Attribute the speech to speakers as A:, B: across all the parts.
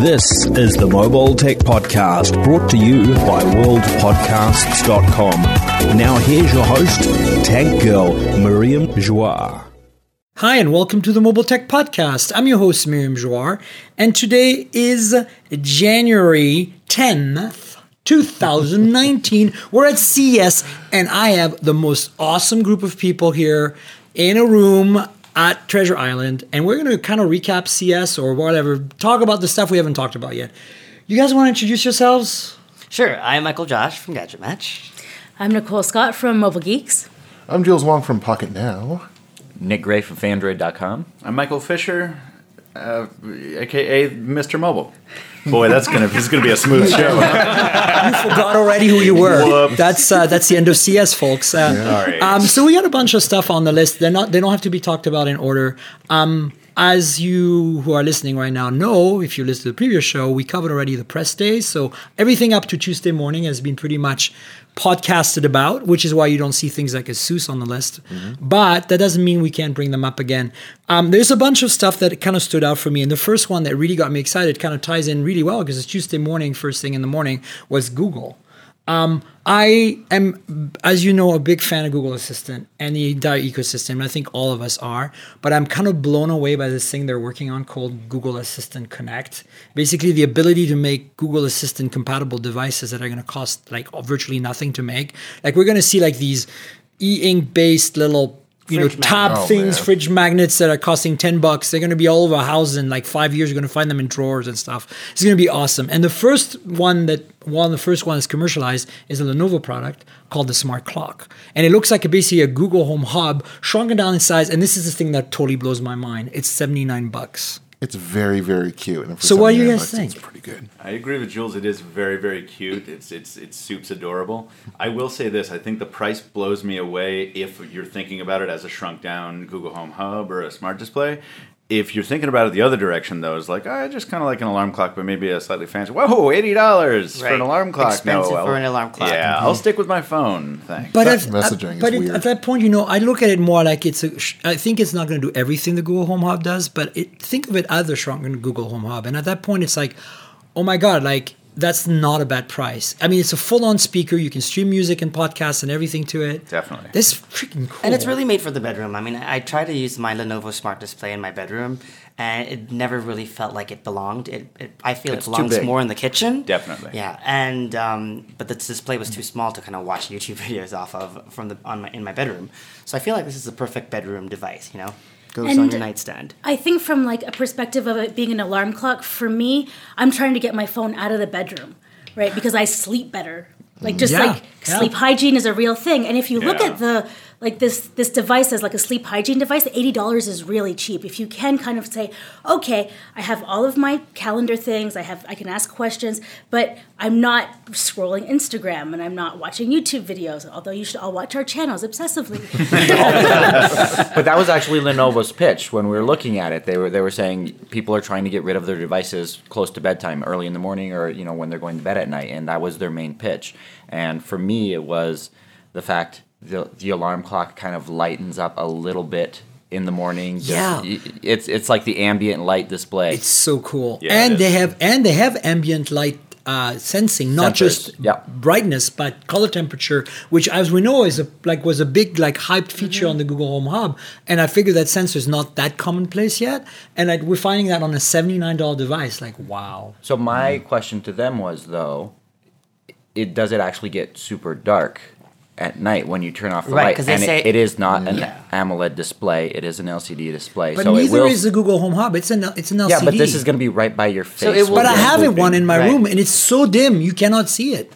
A: This is the Mobile Tech Podcast, brought to you by worldpodcasts.com. Now, here's your host, Tech Girl, Miriam Joie.
B: Hi, and welcome to the Mobile Tech Podcast. I'm your host, Miriam Jouar, and today is January 10th, 2019. We're at CES, and I have the most awesome group of people here in a room at Treasure Island, and we're going to kind of recap CS or whatever, talk about the stuff we haven't talked about yet. You guys want to introduce yourselves?
C: Sure, I'm Michael Josh from Gadget Match.
D: I'm Nicole Scott from Mobile Geeks.
E: I'm Jules Wong from Pocket Now.
F: Nick Gray from Fandroid.com.
G: I'm Michael Fisher, uh, aka Mr. Mobile. Boy, that's gonna it's gonna be a smooth show.
B: forgot already who you were. That's uh, that's the end of CS, folks. Uh, um, so we got a bunch of stuff on the list. They're not. They don't have to be talked about in order. Um, as you who are listening right now know, if you listened to the previous show, we covered already the press day. So everything up to Tuesday morning has been pretty much podcasted about, which is why you don't see things like a Seuss on the list. But that doesn't mean we can't bring them up again. Um, there's a bunch of stuff that kind of stood out for me. And the first one that really got me excited kind of ties in really well because it's Tuesday morning, first thing in the morning, was Google. I am, as you know, a big fan of Google Assistant and the entire ecosystem. I think all of us are, but I'm kind of blown away by this thing they're working on called Google Assistant Connect. Basically, the ability to make Google Assistant compatible devices that are going to cost like virtually nothing to make. Like we're going to see like these e-ink based little you know
C: Fridge magnet.
B: tab
E: Oh,
B: things,
E: man.
B: fridge magnets that are costing 10 bucks. They're going to be all over our house in like five years. You're going to find them in drawers and stuff. It's going to be awesome. And the first one that, one of the first one that's commercialized is a Lenovo product called the Smart Clock. And it looks like a, basically a Google Home Hub shrunken down in size. And this is the thing that totally blows my mind. It's 79 bucks.
E: It's very, very cute. And for
B: So what do you
E: 79
B: guys
E: bucks, It's
B: think?
E: pretty good.
G: I agree with Jules. It is very very cute. It's it's it's soup's adorable. I will say this. I think the price blows me away if you're thinking about it as a shrunk down Google Home Hub or a smart display. If you're thinking about it the other direction, though, it's like I just kind of like an alarm clock, but maybe a slightly fancy. Whoa, eighty dollars for
C: Right.
G: an alarm clock?
C: Expensive
G: no, I'll-
C: for an alarm clock. Mm-hmm.
G: Yeah, I'll stick with my phone. Thanks.
B: But
E: That
B: at,
E: messaging
B: at,
E: is
B: but it-
E: weird.
B: at that point, you know, I look at it more like it's a. sh- I think it's not going to do everything the Google Home Hub does, but it, think of it as the shrunken Google Home Hub. And at that point, it's like, oh my god, like that's not a bad price. I mean, it's a full-on speaker. You can stream music and podcasts and everything to it.
G: Definitely.
B: that's freaking cool.
C: And it's really made for the bedroom. I mean, I try to use my Lenovo Smart Display in my bedroom, and it never really felt like it belonged. It, it I feel
G: It's
C: it
G: too
C: belongs
G: big.
C: more in the kitchen.
G: Definitely.
C: Yeah, and um, but the display was too small to kind of watch YouTube videos off of from the on my, in my bedroom. So I feel like this is the perfect bedroom device. You know, goes on
D: And-
C: your nightstand.
D: I think from like a perspective of it being an alarm clock, for me, I'm trying to get my phone out of the bedroom, right? Because I sleep better. Like just
B: Yeah,
D: like
B: yeah.
D: sleep hygiene is a real thing. And if you look
G: Yeah.
D: at the like this this device as like a sleep hygiene device, eighty dollars is really cheap. If you can kind of say, okay, I have all of my calendar things, I have I can ask questions, but I'm not scrolling Instagram and I'm not watching YouTube videos, although you should all watch our channels obsessively.
F: But that was actually Lenovo's pitch when we were looking at it. They were they were saying people are trying to get rid of their devices close to bedtime, early in the morning, or you know when they're going to bed at night, and that was their main pitch. And for me, it was the fact the the alarm clock kind of lightens up a little bit in the morning. Just-
B: Yeah.
F: y- it's it's like the ambient light display.
B: It's so cool.
G: Yeah,
B: and
G: it
B: they
G: is.
B: have and they have ambient light uh, sensing, not
F: Sensors,
B: just
F: yeah.
B: brightness, but color temperature, which as we know is a like was a big like hyped
F: Mm-hmm.
B: feature on the Google Home Hub. And I figure that sensor is not that commonplace yet. And I, we're finding that on a seventy nine dollar device. Like wow.
F: So my
C: Mm-hmm.
F: question to them was though, it does it actually get super dark at night when you turn off the
C: Right,
F: light?
C: 'cause they
F: and it-
C: say-
F: it is not an
C: Yeah.
F: AMOLED display; it is an LCD display.
B: But
F: so it
B: neither
F: will,
B: is the Google Home Hub. It's an it's an LCD.
F: yeah, but this is going to be right by your face.
C: So it will-
B: But
F: when
B: I
F: you're
B: have it
F: sleeping.
B: one in my
C: Right.
B: room, and it's so dim you cannot see it.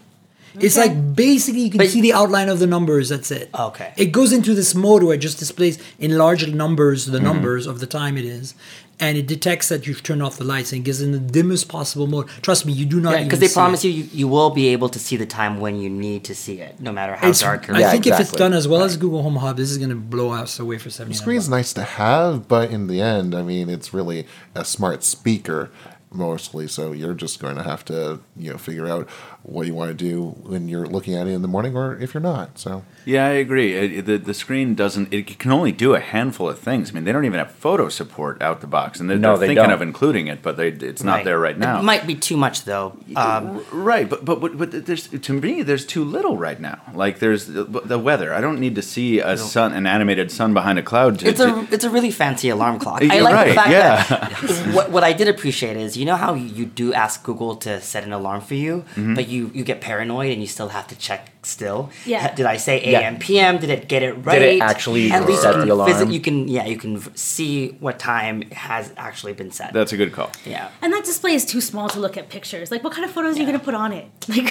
B: It's
C: Okay.
B: like basically you can
C: But-
B: see the outline of the numbers. That's it.
C: Okay.
B: It goes into this mode where it just displays in large numbers
C: Mm-hmm.
B: the numbers of the time it is, and it detects that you've turned off the lights and gives in the dimmest possible mode. Trust me, you do not.
C: Yeah, because
B: even
C: they
B: see
C: promise
B: it.
C: you, you you will be able to see the time when you need to see it, no matter how
B: It's,
C: dark your
B: I
F: Yeah,
B: think if it's
F: exactly.
B: done as well as Google Home Hub, this is going to blow us away for seventy.
E: Screen's nice to have, but in the end, I mean, it's really a smart speaker. mostly. So you're just going to have to you know figure out what you want to do when you're looking at it in the morning, or if you're not. So
G: Yeah, I agree. It, it- the the screen doesn't. It can only do a handful of things. I mean, they don't even have photo support out the box, and they're,
F: No,
G: they're
F: they
G: thinking
F: don't.
G: of including it, but they, it's not there right now. Uh,
C: It might be too much though. Um,
G: R- right, but, but but but there's to me there's too little right now. Like there's the, the weather. I don't need to see a sun, an animated sun behind a cloud. To,
C: it's a
G: to-
C: it's a really fancy alarm clock.
G: You're
C: I like
G: right,
C: the fact
G: yeah.
C: that what, what I did appreciate is you know how you, you do ask Google to set an alarm for you, but you you get paranoid and you still have to check. Still,
D: Yeah.
C: Did I say AM PM? Did it get it right?
F: actually
C: At least you
F: set
C: can
F: the alarm?
C: Visit, you can yeah you can v- see what time has actually been set.
G: that's a good call.
C: yeah.
D: And that display is too small to look at pictures. Like, what kind of photos are you going to put on it? Like,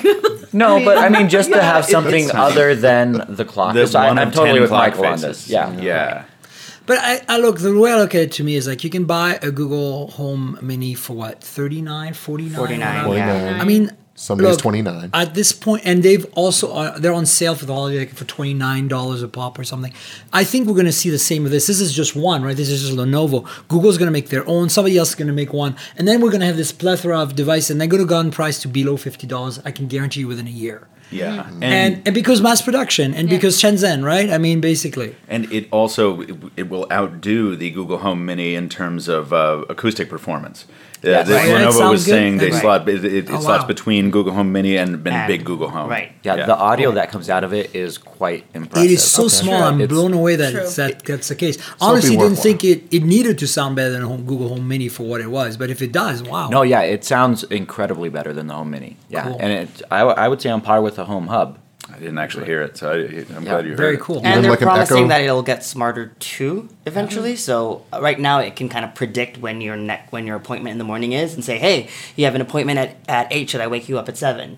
F: No, but I mean, just to have something
G: it's fine.
F: other than the clock.
G: The
F: 'cause I,
G: one
F: I'm
G: of
F: totally
G: 10
F: with
G: clock
F: Michael on
G: faces.
F: this. Yeah.
G: yeah.
B: But I, I look, the way I look at it to me is like you can buy a Google Home Mini for what, 39, 49?
C: 49,
E: Well, you
C: yeah.
E: know,
B: I mean,
E: some days
B: look,
E: 29.
B: At this point, and they've also, uh, they're on sale for the holiday like for $29 a pop or something. I think we're going to see the same with this. This is just one, right? This is just Lenovo. Google's going to make their own. Somebody else is going to make one. And then we're going to have this plethora of devices, and they're going to go on price to below $50, I can guarantee you, within a year.
G: Yeah,
C: Mm-hmm.
B: And, and because mass production and because Shenzhen, right? I mean, basically.
G: And it also it, it will outdo the Google Home Mini in terms of uh, acoustic performance. Uh,
F: Yes.
G: the
F: Right.
B: That
G: Lenovo
B: sounds
G: was
B: good.
G: saying they
B: Right.
G: slot it, it, it
B: Oh,
G: slots
B: wow.
G: between Google Home Mini and, and,
C: And-
G: big Google Home.
C: right.
F: Yeah,
G: Yeah.
F: the audio that comes out of it is quite impressive.
B: It is so small. I'm
F: It's-
B: blown away that
D: True.
B: it's that that's the case. Honestly, didn't think it, it needed to sound better than home, Google Home Mini for what it was, but if it does, wow.
F: No, yeah, it sounds incredibly better than the Home Mini. Yeah,
B: Cool.
F: and it, I, w- I would say on par with the Home Hub.
G: I didn't actually hear it, so I, I'm glad you heard.
B: very
G: it.
B: cool.
E: Even
C: and they're
E: like an
C: promising
E: Echo?
C: that it'll get smarter too eventually.
B: Mm-hmm.
C: So uh, right now, it can kind of predict when your neck when your appointment in the morning is, and say, "Hey, you have an appointment at at eight. Should I wake you up at 7?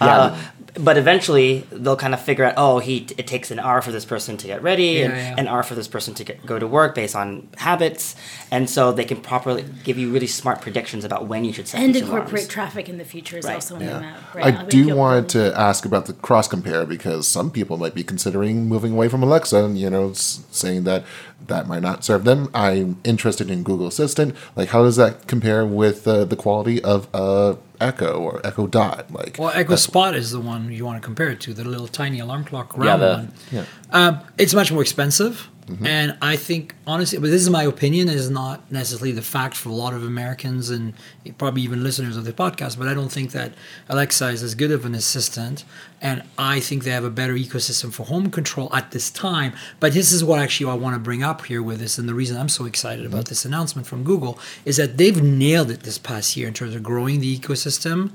C: Uh, but eventually, they'll kind of figure out, "Oh, he it takes an hour for this person to get ready, and
B: yeah.
C: an hour for this person to get, go to work based on habits," and so they can properly give you really smart predictions about when you should set
D: and
C: each
D: incorporate
C: alarms.
D: traffic in the future is
C: Right.
D: also on
E: Yeah.
D: the map.
E: I
D: Right? Like,
E: do
D: you'll-
E: want to ask about the cross compare because some people might be considering moving away from Alexa and you know s- saying that that might not serve them. I'm interested in Google Assistant. Like, how does that compare with uh, the quality of uh, Echo or Echo Dot? Like,
B: Well, Echo Spot is the one you want to compare it to, the little tiny alarm clock round
F: Yeah, Mm-hmm. the-
B: one. Um, it's much more expensive, and I think honestly, but this is my opinion. It is not necessarily the fact for a lot of Americans and probably even listeners of the podcast. But I don't think that Alexa is as good of an assistant, and I think they have a better ecosystem for home control at this time. But this is what actually I want to bring up here with this, and the reason I'm so excited
F: Mm-hmm.
B: about this announcement from Google is that they've nailed it this past year in terms of growing the ecosystem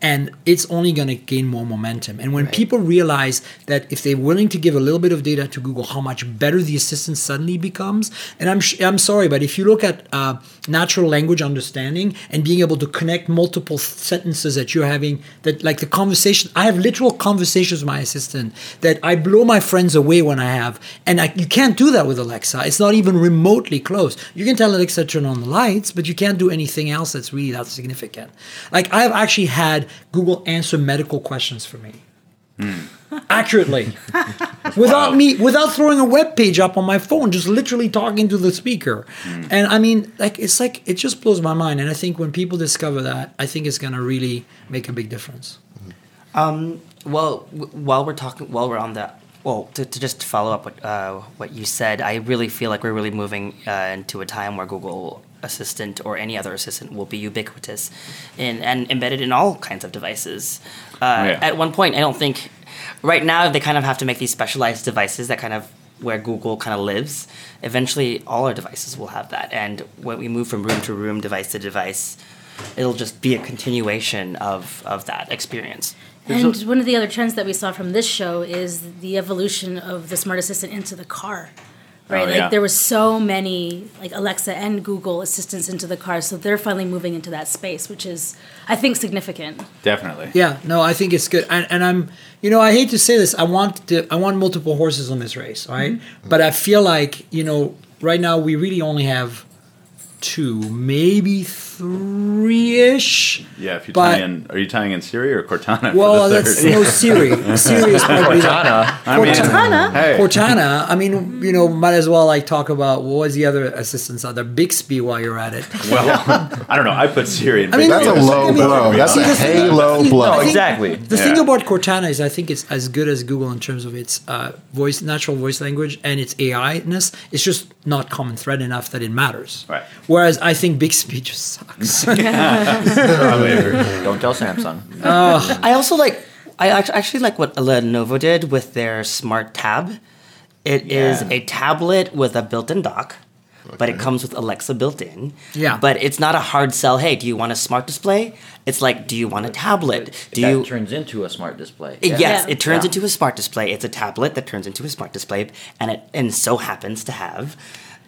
B: and it's only going to gain more momentum. And when people realize that if they're willing to give a little bit of data to Google, how much better the assistant suddenly becomes. And I'm sh- I'm sorry, but if you look at uh, natural language understanding and being able to connect multiple sentences that you're having, that like the conversation, I have literal conversations with my assistant that I blow my friends away when I have, and I, you can't do that with Alexa. It's not even remotely close. You can tell Alexa turn on the lights, but you can't do anything else that's really that significant. Like I've actually had Google answer medical questions for me. Accurately, without me, without throwing a web page up on my phone, just literally talking to the speaker, and I mean, like it's like it just blows my mind. And I think when people discover that, I think it's gonna really make a big difference.
C: Well, w- while we're talking, while we're on the, well, to, to just follow up what uh, what you said, I really feel like we're really moving uh, into a time where Google Assistant or any other assistant will be ubiquitous, in, and embedded in all kinds of devices. Uh,
G: yeah.
C: At one point, I don't think. Right now, they kind of have to make these specialized devices that kind of where Google kind of lives. Eventually, all our devices will have that, and when we move from room to room, device to device. It'll just be a continuation of, of that experience.
D: And one of the other trends that we saw from this show is the evolution of the smart assistant into the car. Right,
G: Oh,
D: like
G: yeah.
D: there were so many like Alexa and Google assistants into the car, so they're finally moving into that space, which is I think significant.
G: Definitely.
B: Yeah, no, I think it's good, and, and I'm, you know, I hate to say this, I want to, I want multiple horses on this race, all right? But I feel like, you know, right now we really only have two, maybe th- three ish.
G: Yeah, if you
B: But-
G: tie in, are you tying in Siri or Cortana?
B: Well,
G: for the
B: that's
G: third?
B: no Siri. Siri is probably Cortana.
G: I mean,
D: Cortana?
G: Hey,
B: Cortana. I mean, you
G: Mm.
B: know, might as well like talk about what was the other assistants out there? Bixby while you're at it.
G: well, I don't know. I put Siri in.
B: I mean,
G: big
E: That's a
G: deal.
E: low blow. That's a halo
F: No,
E: blow.
F: exactly.
B: The
G: Yeah.
B: thing about Cortana is, I think it's as good as Google in terms of its uh, voice, natural voice language, and its AI ness. It's just not common thread enough that it matters.
G: Right.
B: Whereas I think Bixby just sucks.
F: Don't tell Samsung.
C: I also like. I act- actually like what Lenovo did with their smart tab. It is
F: Yeah.
C: a tablet with a built-in dock, but it comes with Alexa built-in.
B: Yeah.
C: But it's not a hard sell. Hey, do you want a smart display? It's like, do you want a tablet? Do
F: that
C: you? Uh,
F: turns into a smart display.
C: Yes,
D: Yeah.
C: it turns
F: Yeah.
C: into a smart display. It's a tablet that turns into a smart display, and it and so happens to have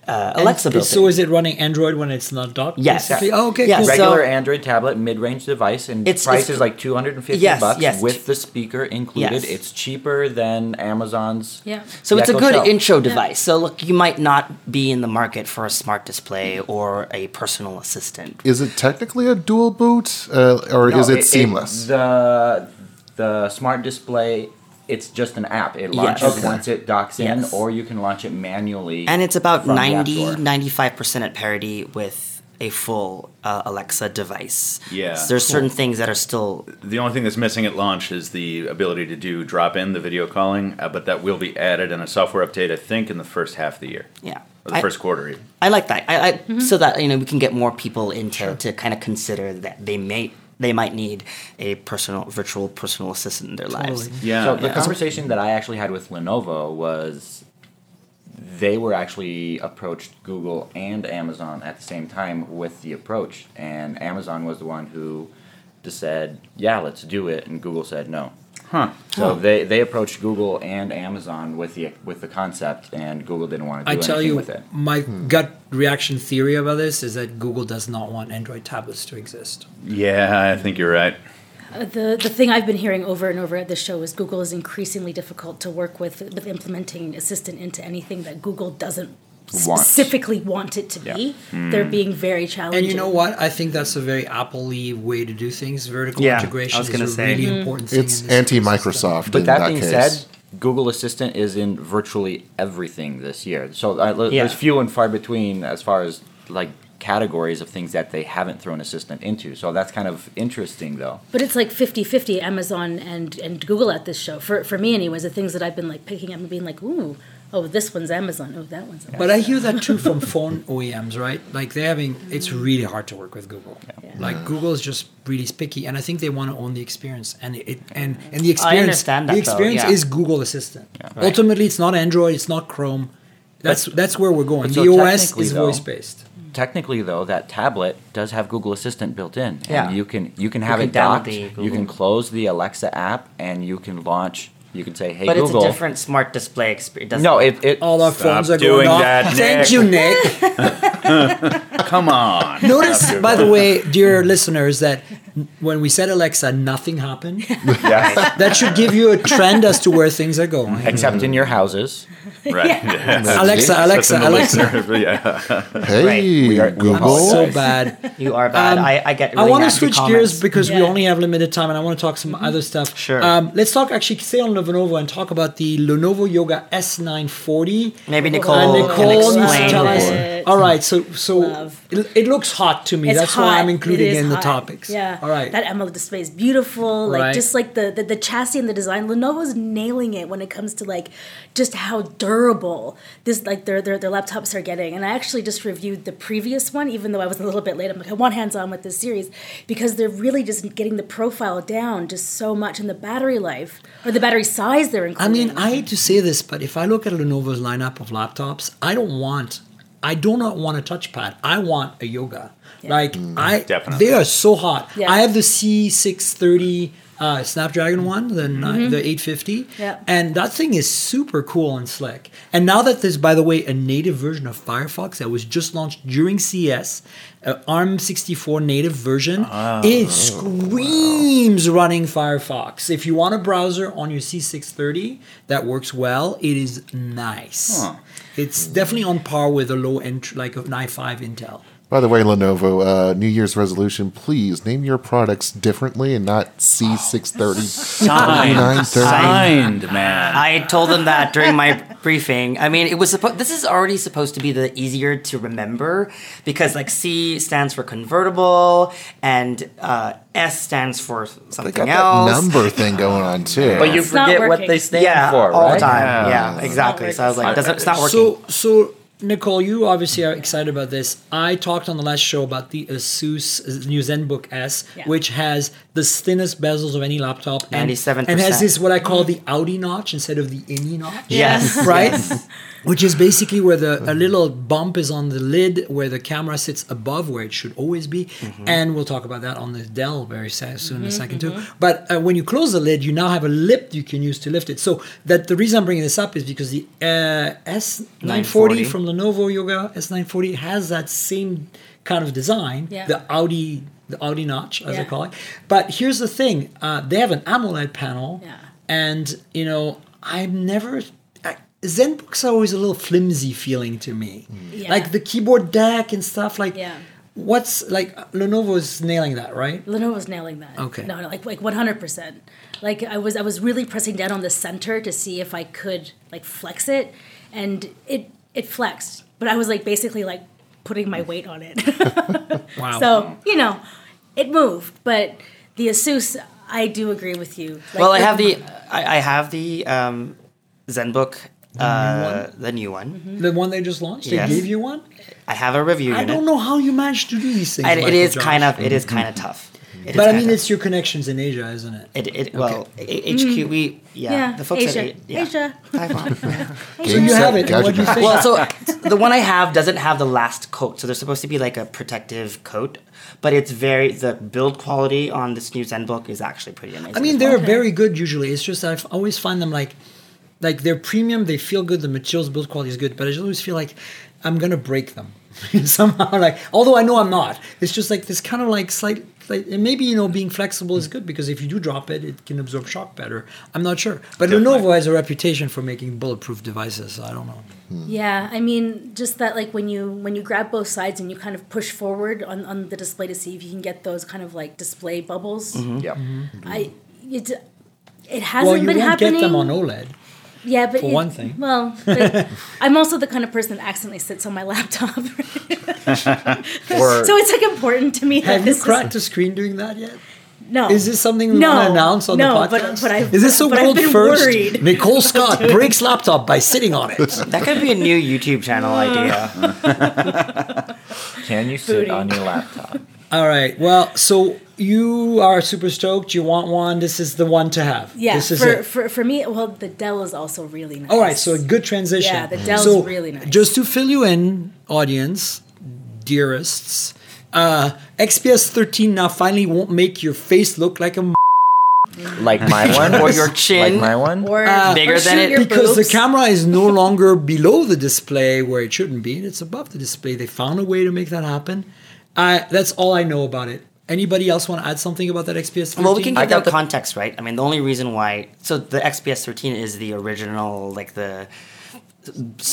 C: uh, Alexa built-in.
B: so is it running Android when it's not docked?
C: Yes.
B: basically? Oh, okay.
C: Yes.
B: Cool.
C: Right.
F: regular
C: So-
F: Android tablet, mid-range device, and
C: It's-
F: price
C: it's-
F: is like two hundred and fifty
C: Yes,
F: bucks
C: yes.
F: with the speaker included.
C: Yes.
F: It's cheaper than Amazon's.
D: Yeah.
C: So it's a
F: Echo
C: good
F: Show.
C: intro device. So look, you might not be in the market for a smart display or a personal assistant.
E: Is it technically a dual boot, uh, or
F: No,
E: is it, seamless?
F: the the smart display. It's just an app. It launches
C: Okay.
F: once it docks in,
C: Yes.
F: or you can launch it manually.
C: And it's about
F: From the App
C: 90,
F: Store.
C: 95% at parity with a full uh, Alexa device.
G: Yeah.
C: So there's certain things that are still
G: The only thing that's missing at launch is the ability to do drop in the video calling, uh, but that will be added in a software update, I think, in the first half of the year.
C: yeah.
G: Or the
C: I-
G: first quarter, even.
C: I like that. I, I
B: Mm-hmm.
C: so that you know we can get more people into to kind of consider that they may they might need a personal virtual personal assistant in their lives.
B: Totally.
G: Yeah.
F: So the conversation that I actually had with Lenovo was they were actually approached Google and Amazon at the same time with the approach, and Amazon was the one who just said, "Yeah, let's do it," and Google said no.
G: huh.
F: So they, they approached Google and Amazon with the with the concept, and Google didn't want to
B: I
F: do
B: tell
F: anything
B: you,
F: with it.
B: my
E: Hmm.
B: gut reaction theory about this is that Google does not want Android tablets to exist.
G: Yeah, I think you're right.
D: Uh, The the thing I've been hearing over and over at this show is Google is increasingly difficult to work with with implementing assistant into anything that Google doesn't
F: Wants.
D: specifically want it to be. They're being very challenging.
B: And you know what? I think that's a very Apple-y way to do things. Vertical
C: Yeah,
B: integration
C: I was
B: is
C: gonna
B: a
C: say.
B: really important thing.
E: It's
B: in this
E: anti-Microsoft.
F: But
E: in
F: that,
E: that
F: being
E: case.
F: said, Google Assistant is in virtually everything this year. So I, lo-
C: Yeah.
F: there's few and far between as far as like categories of things that they haven't thrown Assistant into. So that's kind of interesting, though.
D: But it's like 50-50 Amazon and, and Google at this show. For for me anyways, the things that I've been like picking up and being like, ooh, oh this one's Amazon. Oh that one's Amazon.
B: But I hear that too from phone OEMs, right? Like they're having, it's really hard to work with Google. Like Google is just really picky, and I think they want to own the experience. And it and and the experience,
C: understand that,
B: the
C: though,
B: experience
C: yeah.
B: is Google Assistant. Ultimately, it's not Android, it's not Chrome. That's that's where we're going.
F: But so
B: the OS
F: technically,
B: is
F: though-
B: voice based.
F: Technically, though, that tablet does have Google Assistant built in. And
C: Yeah.
F: you can you can have
C: can
F: it
C: download
F: docked.
C: the
F: You
C: Google.
F: can close the Alexa app, and you can launch. You can say, "Hey
C: But
F: Google."
C: it's a different smart display experience.
F: no, it, it
B: All our
G: Stop
B: phones are
G: doing
B: going off.
G: that,
B: Thank
G: Nick.
B: you, Nick.
G: Come on.
B: Notice, by the way, dear listeners, that n- when we said Alexa, nothing happened.
F: yeah,
B: That should give you a trend as to where things are going.
F: except in your houses.
G: Right. Yeah.
B: Alexa,
G: That's
B: Alexa,
G: in the
B: Alexa. Oh,
G: listener. yeah.
E: hey
F: We are- we
E: Google,
F: apologize.
B: So bad.
C: you are bad.
B: Um,
C: I, I get.
B: I
C: Really
B: want to
C: nasty
B: switch
C: comments.
B: gears because we
D: Yeah. Mm-hmm.
B: only have limited time, and I want to talk some other stuff.
C: Sure.
B: Um, let's talk actually stay on Lenovo and talk about the Lenovo Yoga S940.
C: Maybe Nicole,
D: Oh.
B: And uh, Nicole
C: can
B: needs to
C: explain
B: tell us.
C: it.
B: All right, so so
D: Love.
B: it, it looks hot to me.
D: It's
B: That's
D: hot.
B: why I'm including
D: is
B: in the
D: hot.
B: topics.
D: Yeah.
B: All right.
D: That AMOLED display is beautiful. Like
B: Right.
D: just like the, the the chassis and the design. Lenovo's nailing it when it comes to like just how durable this like their their, their laptops are getting. And I actually just reviewed the previous one, even though I was a little bit late. I'm like, I want hands on with this series because they're really just getting the profile down just so much, and the battery life or the battery size they're
B: I
D: including.
B: mean, I hate to say this, but if I look at Lenovo's lineup of laptops, I don't want, I do not want a touchpad. I want a yoga. Like I,
G: Definitely.
B: they are so hot.
D: Yeah.
B: I have the C630 uh, Snapdragon one, the ni- the 850,
D: Mm-hmm. Yeah.
B: and that thing is super cool and slick. And now that there's, by the way, a native version of Firefox that was just launched during CS, uh, ARM64 native version, it screams running Firefox. If you want a browser on your C630 that works well, it is nice. It's definitely on par with a low end, like an i5 Intel.
E: By the way, Lenovo, uh, New Year's resolution, please name your products differently and not
C: Oh.
E: C630.
F: Signed,
E: 2930.
F: signed, man.
C: I told them that during my briefing. I mean, it was supposed. This is already supposed to be the easier to remember because like C stands for convertible and uh, S stands for
E: They
C: something
E: got
C: else.
E: that number thing going on, too.
F: but you
D: It's not
F: forget what
D: working.
F: they stand
C: yeah,
F: for,
C: all
F: right?
C: the time. Yeah, exactly. So I was like, doesn't it's not working?
B: So, so Nicole, you obviously are excited about this. I talked on the last show about the Asus uh, new ZenBook S,
D: Yeah.
B: which has the thinnest bezels of any laptop, and-
C: 97%.
B: and has this what I call the Audi notch instead of the INI notch.
C: yes,
B: right? Which is basically where the a little bump is on the lid where the camera sits above where it should always be, and we'll talk about that on the Dell very sa- soon in a 2nd too. But uh, when you close the lid, you now have a lip you can use to lift it. So that the reason I'm bringing this up is because the uh, S940
C: 940.
B: from Lenovo Yoga S940 has that same kind of design,
D: Yeah.
B: the Audi the Audi notch as I
D: Yeah.
B: call it. But here's the thing: uh, they have an AMOLED panel,
D: Yeah.
B: and you know I've never. I, Zen books are always a little flimsy feeling to me,
D: Mm. Yeah.
B: like the keyboard deck and stuff. Like,
D: Yeah.
B: what's like Lenovo's nailing that, right?
D: Lenovo's nailing that.
B: Okay.
D: No, no, like like one hundred percent. Like I was I was really pressing down on the center to see if I could like flex it, and it it flexed, but I was like basically like putting my weight on it.
B: Wow.
D: so you know, it moved, but the Asus. I do agree with you. Like,
C: well, I have the I, I have the um, ZenBook, uh, the new one.
B: the one they just launched,
C: Yes.
B: they gave you one.
C: I have a review
B: I
C: unit.
B: don't know how you managed to do these things.
C: And it
B: Michael
C: is
B: Johnson. Mm-hmm.
C: kind of it is kind of tough. It is
B: but I
C: kinda
B: mean,
C: tough.
B: it's your connections in Asia, isn't it?
C: It, it well, A- HQ we yeah,
D: yeah,
C: the folks
D: Asia,
C: at A- yeah.
D: Asia,
C: Taiwan.
D: Asia.
B: You have it.
E: Gadget
B: What do you
E: Mac.
B: think?
C: well, so the one I have doesn't have the last coat, so there's supposed to be like a protective coat, but it's very the build quality on this new ZenBook is actually pretty amazing.
B: I mean,
C: as
B: they're
C: well.
B: very good usually. It's just I f- always find them like, like they're premium. They feel good. The materials build quality is good, but I just always feel like I'm gonna break them somehow. Like, although I know I'm not. It's just like this kind of like slight. Like, and maybe you know being flexible is good because if you do drop it, it can absorb shock better. I'm not sure, but Lenovo has a reputation for making bulletproof devices. So I don't know.
D: Yeah, I mean, just that like when you when you grab both sides and you kind of push forward on, on the display to see if you can get those kind of like display bubbles.
C: Mm-hmm.
F: Yep.
D: I it it
B: Mm. Well,
D: hasn't
B: you
D: been
B: won't
D: happening.
B: get them on E OLED.
D: yeah, but
B: for
D: it-
B: one thing.
D: Well, but I'm also the kind of person that accidentally sits on my laptop,
F: Or,
D: so it's like important to me that
B: Have you
D: this is-
B: cracked a screen doing that yet?
D: no.
B: Is this something we
D: No,
B: want to announce on
D: no,
B: the
D: but-
B: podcast?
D: but I've-
B: Is this so
D: but I've
B: world
D: been
B: first?
D: worried.
B: Nicole Scott breaks laptop by sitting on it.
C: that could be a new YouTube channel idea.
F: can you sit on your laptop?
B: All right. Well, so you are super stoked. You want one. This is the one to have.
D: yeah
B: This is
D: for,
B: it.
D: for for me? Well, the Dell is also really nice.
B: All right. So a good transition.
D: Yeah, the Dell's
B: so,
D: really nice.
B: Just to fill you in, audience, dearests, uh, XPS 13 now finally won't make your face look like a. M-
F: Like my one,
C: Or your chin.
F: like my one.
D: or
B: Uh,
C: Bigger
D: or
C: than
D: shoot
C: it-
D: your
B: because
D: boobs.
B: the camera is no longer below the display where it shouldn't be, and it's above the display. They found a way to make that happen. I, that's all I know about it. Anybody else want to add something about that XPS 13?
C: well, we can
F: I
C: give
F: got
C: that
F: the-
C: context, right? I mean, the only reason why so the XPS 13 is the original like the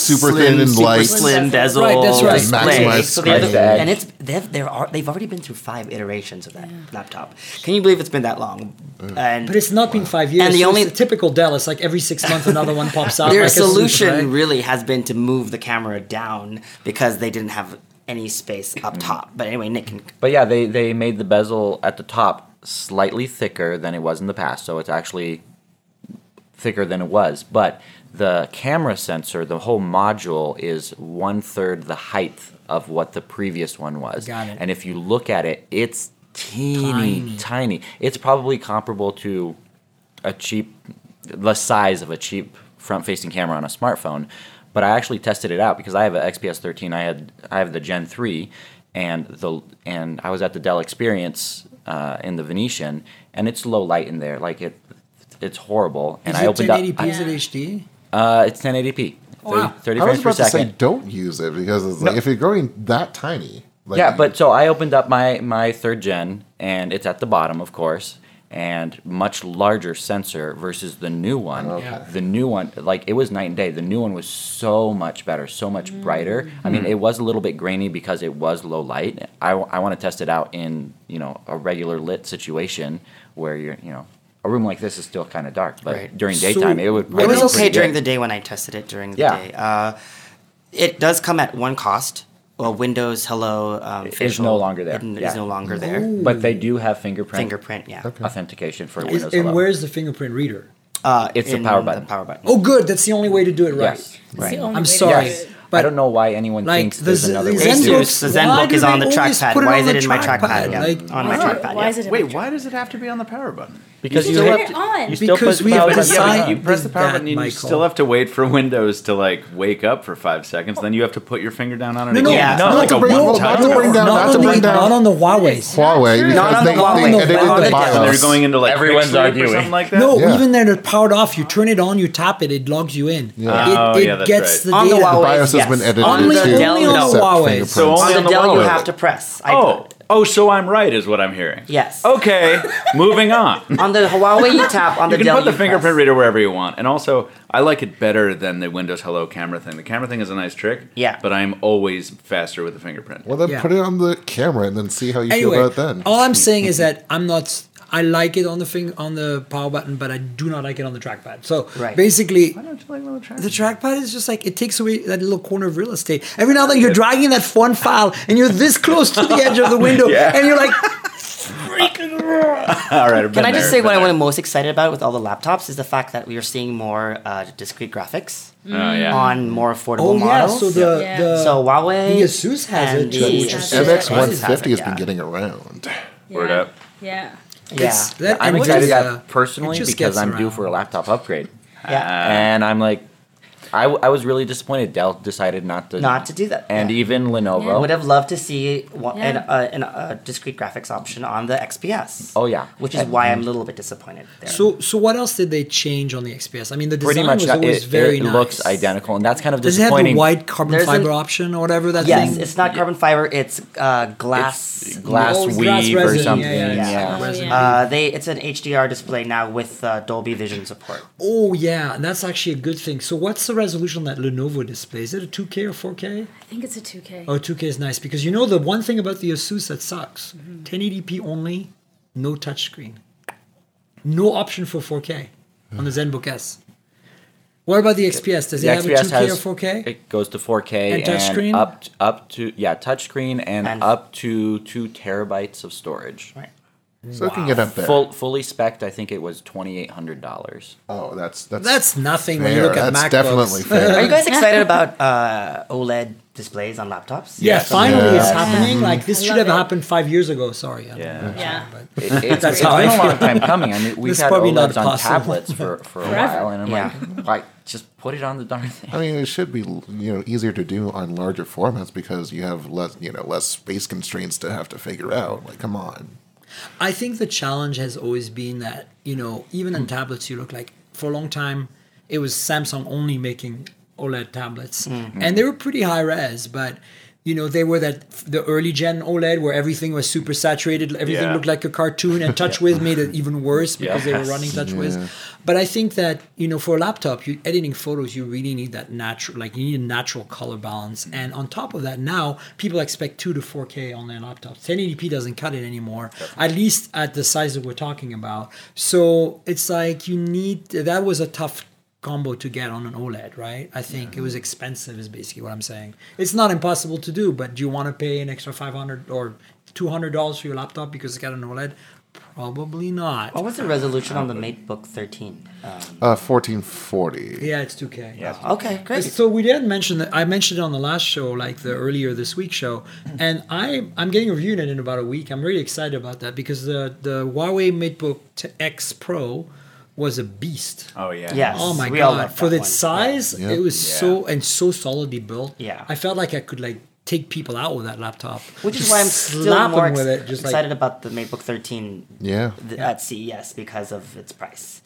E: super
C: slim,
E: thin and
C: super
E: light.
C: slim bezel.
D: bezel.
B: Right, that's right.
C: display.
E: Maximized
C: So the other,
F: screen.
C: and it's they've there are they've already been through five iterations of that laptop. Can you believe it's been that long? And
B: But it's not been five years.
C: And the
B: so
C: only-
B: it's a typical Dell. It's like every six months another one pops out.
C: their
B: like a
C: solution
B: right?
C: really has been to move the camera down because they didn't have any space up top. But anyway, Nick can.
F: But yeah, they they made the bezel at the top slightly thicker than it was in the past, so it's actually thicker than it was. But the camera sensor, the whole module, is one third the height of what the previous one was.
B: Got it.
F: And if you look at it, it's teeny
B: Tiny.
F: tiny. It's probably comparable to a cheap, the size of a cheap front-facing camera on a smartphone. But I actually tested it out because I have an XPS 13. I had I have the Gen 3, and the and I was at the Dell Experience uh, in the Venetian, and it's low light in there, like it, it's horrible. And
B: Is
F: I
B: it
F: opened up.
B: 1080p?
F: I-
B: Is it HD?
F: uh, it's 1080p. 30,
B: Wow.
F: 30
E: Oh, I was
F: frames per
E: about to say
F: second.
E: don't use it because it's like if you're growing that tiny. Like,
F: yeah, but so I opened up my my third gen, and it's at the bottom, of course, and much larger sensor versus the new one.
B: Yeah.
F: The new one, like it was night and day. The new one was so much better, so much brighter. I
B: Mm.
F: mean, it was a little bit grainy because it was low light. I, want to test it out in you know a regular lit situation where you're you know a room like this is still kind of dark, but
C: Right.
F: during
B: So-
F: daytime it would.
C: It
F: light
C: was
F: up pretty
C: okay during
F: good.
C: the day when I tested it during the
F: Yeah.
C: day. Uh, it does come at one cost. Well, Windows Hello um,
F: is
C: facial
F: no longer there.
C: It n-
F: Yeah.
C: is no longer there.
F: But they do have fingerprint
C: Fingerprint, yeah.
F: authentication for
B: Is,
F: Windows.
B: and
F: Hello.
B: where's the fingerprint reader?
C: Uh,
F: It's the
C: in
F: power button.
C: The power button.
B: Oh, good. That's the only way to do it right.
F: Yes.
D: It's the
F: Right.
B: I'm
D: only way to
B: sorry.
D: do it.
B: But
F: I don't know why anyone
B: like
F: thinks
B: the
F: there's
B: Z-
F: another
B: the
F: way.
B: Zen
F: to do
B: book-
F: it.
C: It's the Zen
B: why
C: book
B: do
C: is
B: they
C: on the
B: always
C: trackpad.
B: put it
C: Why
B: on
C: is
B: the
C: it in my
B: trackpad?
C: trackpad? Yeah,
B: Like,
C: on my
D: why-
C: trackpad.
D: why is it-
G: Wait, why does it have to be on the power button?
F: Because
D: You
F: you
D: turn
F: have
D: it
F: to-
D: on.
F: you still
B: Because
F: press
B: we
F: the
B: have
F: power button.
G: Yeah, but
B: decided-
G: you press the power
B: that,
G: button and you
B: Michael.
G: still have to wait for Windows to like wake up for five seconds. Then you have to put your finger down on it.
B: No, no,
G: again.
C: Yeah,
G: It's
C: no,
G: not like
E: to
G: a
E: bring-
G: one-touch
E: not to bring down-
G: power
B: not,
E: not to
B: on
E: bring
B: the,
E: down-
B: not on the Huawei's.
E: Huawei
D: true.
C: Not on
E: because they,
C: the Huawei.
E: they edited
B: Not on
E: the
B: the
G: button.
B: Huawei.
E: BIOS.
G: They're going into like
F: Everyone's
G: quick sleep
F: arguing.
G: or something like that.
B: No,
E: Yeah.
B: even then it's powered off. You turn it on, you tap it, it logs you in.
G: Oh,
B: It, it
G: yeah, that's
B: gets
G: right.
B: the
C: On the
B: data.
E: the
C: Huawei.
E: BIOS has
C: Yes.
E: been edited
C: Only
E: to
C: on the Dell, no.
E: accept
B: Huawei.
E: fingerprints.
G: So
C: on
G: only
C: the
G: on the
C: Dell, you
G: Huawei.
C: have to press. I-
G: Oh, oh, so I'm right is what I'm hearing.
C: Yes.
G: Okay, moving on.
C: On the Huawei, you tap. On
G: You
C: the
G: can
C: Dell,
G: put the
C: you
G: fingerprint
C: press.
G: reader wherever you want. And also, I like it better than the Windows Hello camera thing. The camera thing is a nice trick.
C: Yeah.
G: But I'm always faster with the fingerprint.
E: well, then
B: Yeah.
E: put it on the camera and then see how you
B: anyway,
E: feel about it then.
B: all I'm saying is that I'm not. I like it on the thing on the power button, but I do not like it on the trackpad. So
C: Right.
B: basically,
G: Why don't you like another track?
B: the trackpad is just like it takes away that little corner of real estate. Every now and then you're dragging that one file, and you're this close to the edge of the window,
G: Yeah.
B: and you're like,
G: All right. I've
C: Can
G: been
C: I just
G: there,
C: say
G: been
C: what I
G: there.
C: was most excited about with all the laptops is the fact that we are seeing more uh, discrete graphics
G: Oh, yeah.
C: on more affordable
B: oh yeah.
C: models.
B: So the,
D: Yeah.
B: the
C: So Huawei,
B: the Asus has
C: and
B: it too,
C: the
B: which is
D: Asus
E: MX
D: MX-150
E: one
C: Asus have
E: fifty
C: it,
E: has been getting around.
G: Word
D: yeah.
G: up.
D: Yeah.
C: Yeah.
B: It's- that-
F: I'm
B: and it
F: excited
B: just, uh,
F: that personally
B: it just
F: because
B: gets
F: I'm due
B: around.
F: for a laptop upgrade,
C: yeah.
F: and I'm like, I, w- I was really disappointed. Dell decided not to
C: Not to do that.
F: and
C: yeah.
F: even
C: I
F: Lenovo.
C: would have loved to see one,
D: Yeah.
C: an, uh, an, a discrete graphics option on the XPS.
F: Oh, yeah.
C: which is why I'm a little bit disappointed there.
B: So so what else did they change on the XPS? I mean, the design
F: pretty much
B: was
F: that-
B: always
F: it,
B: very
F: it
B: nice.
F: looks identical, and that's kind of
B: Does it have
F: disappointing.
B: the white carbon
C: There's
B: fiber
C: an-
B: option or whatever that
C: yes,
B: thing?
C: it's not carbon fiber; it's uh, glass.
F: It's glass
B: Oh, it's
F: weave
B: glass resin,
F: or
B: yeah,
F: something.
B: yeah, yeah.
D: Oh,
B: Resin.
D: yeah.
C: Uh, they it's an HDR display now with uh, Dolby Vision support.
B: Oh yeah, and that's actually a good thing. So what's the resolution that Lenovo displays? Is it a 2K or 4K?
D: I think it's a 2K.
B: Oh, 2K is nice because you know the one thing about the Asus that sucks: 1080p only, no touchscreen, no option for 4K on the ZenBook S. What about the XPS? Does
F: Hmm. The
B: it have a
F: XPS
B: 2K
F: has
B: or 4K?
F: It goes to 4K
B: And touchscreen?
F: up t- up to yeah, touchscreen and,
C: And-
F: up to two terabytes of storage.
C: Right.
E: So it can get up there.
F: Full fully spec, I think it was twenty eight hundred dollars.
E: oh, that's that's
B: That's nothing when you
E: fair.
B: look at
E: That's
B: MacBooks.
E: definitely
C: Are
E: fair.
C: you guys excited about uh, OLED displays on laptops?
B: Yeah, finally
E: Yeah.
B: it's happening. Like this
D: I
B: should
D: love
B: have
D: it.
B: happened five years ago. Sorry. I'm-
G: Yeah.
D: yeah.
F: It, it's
B: That's
F: it's
B: how
F: been
B: I
F: a long time coming. I mean, we've
B: It's
F: had
B: probably not
F: OLEDs on
B: possible.
F: tablets for, for a
D: Forever.
F: while, and I'm
C: Yeah.
F: like, why? Just put it on the darn thing.
E: I mean, it should be you know easier to do on larger formats because you have less you know less space constraints to have to figure out. Like, come on.
B: I think the challenge has always been that you know even on tablets you look like for a long time it was Samsung only making OLED tablets and they were pretty high res but you know they were that the early gen OLED where everything was super saturated everything
G: Yeah.
B: looked like a cartoon and TouchWiz made it even worse because they were
G: Yes.
B: running TouchWiz but I think that you know for a laptop you editing photos you really need that natural like you need a natural color balance and on top of that now people expect 2 to 4K on their laptops 1080p doesn't cut it anymore at least at the size that we're talking about so it's like you need that was a tough combo to get on an OLED right I think it was expensive is basically what I'm saying it's not impossible to do but do you want to pay an extra 500 or 200 dollars for your laptop because it's got an OLED probably not
C: What was the resolution on the MateBook 13? Um,
E: Uh, fourteen forty.
B: yeah it's 2K yeah
C: Uh, okay, great.
B: So we didn't mention that. I mentioned it on the last show, like the earlier this week show, and I I'm getting reviewed in about a week. I'm really excited about that because the the Huawei MateBook T- X Pro was a beast.
G: Oh yeah.
C: Yes.
B: Oh my
C: we all
B: god!
C: love
B: For
C: that
B: its
C: one. Yeah.
B: size,
E: Yeah.
B: it was
G: Yeah.
B: so and so solidly built.
C: Yeah.
B: I felt like I could like take people out with that laptop,
C: Which is
B: Just
C: why I'm still
B: slap
C: more
B: them
C: ex-
B: with it, just like
C: excited about the MateBook 13
E: Yeah.
C: th- at CES because of its price.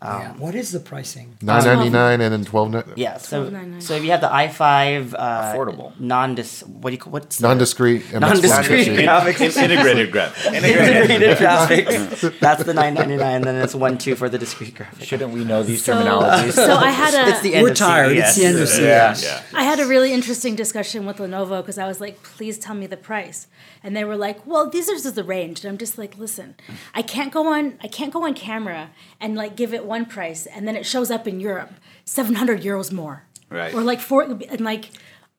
B: Yeah. "Ah, What is the pricing?
E: Nine ninety nine and then twelve
C: Yeah, so,
D: 12.99.
C: so if you have the i5 uh,
F: Affordable.
C: non dis what do you call what's the-
E: non discrete and that's
C: Non-discrete.
E: 150.
C: Yeah. Graphics.
G: In- integrated graphics.
C: integrated graphics? That's the 999, and then it's one two for the discrete graphics.
F: Shouldn't we know these
D: So- uh,
F: terminologies?
D: So I had a
C: It's the end
B: We're
C: of E CES.
B: tired. It's the end of CES.
G: Yeah.
D: I had a really interesting discussion with Lenovo because I was like, please tell me the price. And they were like, well, these are just the range. And I'm just like, listen, I can't go on I can't go on camera and like give it one price and then it shows up in Europe, seven hundred euros more.
G: Right.
D: Or like four and like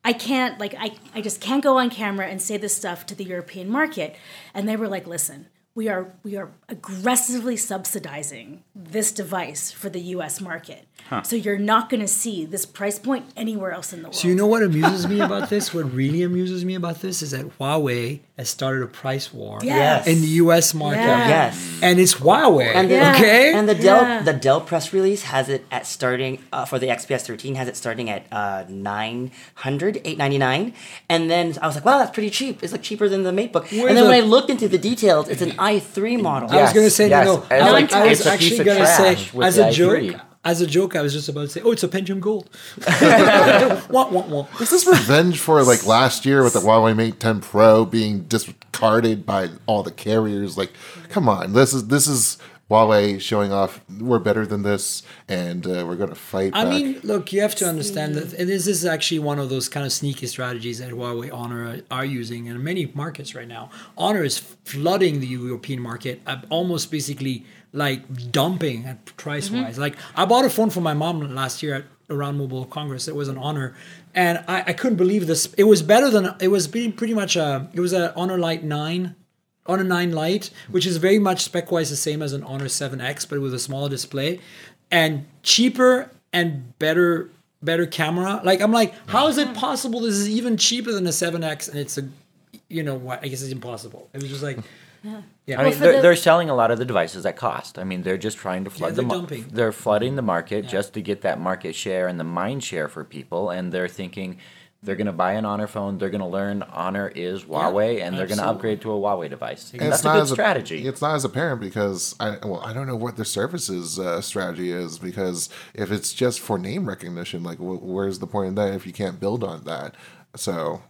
D: I can't like I, I just can't go on camera and say this stuff to the European market. And they were like, listen, we are we are aggressively subsidizing this device for the US market. So you're not gonna see this price point anywhere else in the world.
B: So you know what amuses me about this? What really amuses me about this is that Huawei has started a price war
D: Yes.
B: in the U.S. market,
D: Yeah.
C: Yes.
B: and it's Huawei.
C: And the,
D: Yeah.
B: okay,
C: and the Dell
D: Yeah.
C: the Dell press release has it at starting uh, for the XPS 13 has it starting at uh, 900 899 and then I was like wow that's pretty cheap it's like cheaper than the MateBook
B: Where
C: and then
B: the-
C: when I looked into the details it's an i3 model
B: I was
F: Yes,
B: gonna say
F: yes,
B: no, no.
F: as
B: I,
D: like
B: was- I was
F: it's a piece
B: actually
F: of
B: gonna say
F: trash with
B: as
F: the
B: a
F: i3.
B: joke. As a joke, I was just about to say, "Oh, it's a Pentium Gold." wah, wah, wah.
E: Is this revenge for like last year with the Huawei Mate 10 Pro being discarded by all the carriers? Like, come on, this is this is Huawei showing off we're better than this, and uh, we're going to fight.
B: I
E: back.
B: mean, look, you have to understand that and this is actually one of those kind of sneaky strategies that Huawei Honor uh, are using in many markets right now. Honor is flooding the European market, uh, almost basically like dumping at price wise. Like, I bought a phone for my mom last year at around Mobile Congress. It was an Honor, and I, I couldn't believe this. It was better than it was being pretty much a it was a Honor Light nine. Honor 9 Lite, which is very much spec wise the same as an Honor 7X, but with a smaller display and cheaper and better better camera. Like I'm like, how is it possible this is even cheaper than a 7X and it's a you know what? I guess it's impossible. It was just like
F: I mean,
D: for
F: they're,
D: the-
F: they're selling a lot of the devices at cost. I mean, they're just trying to flood
B: Yeah,
F: the
B: they're
F: market.
B: dumping.
F: They're flooding the market just to get that market share and the mind share for people. And they're thinking they're going to buy an Honor phone. They're going to learn Honor is Huawei, and they're going to
B: absolutely.
F: upgrade to a Huawei device.
E: And
F: That's a good
E: as
F: strategy.
E: It's not as apparent because I well I don't know what their services uh, strategy is because if it's just for name recognition, like wh- where's the point in that if you can't build on that? So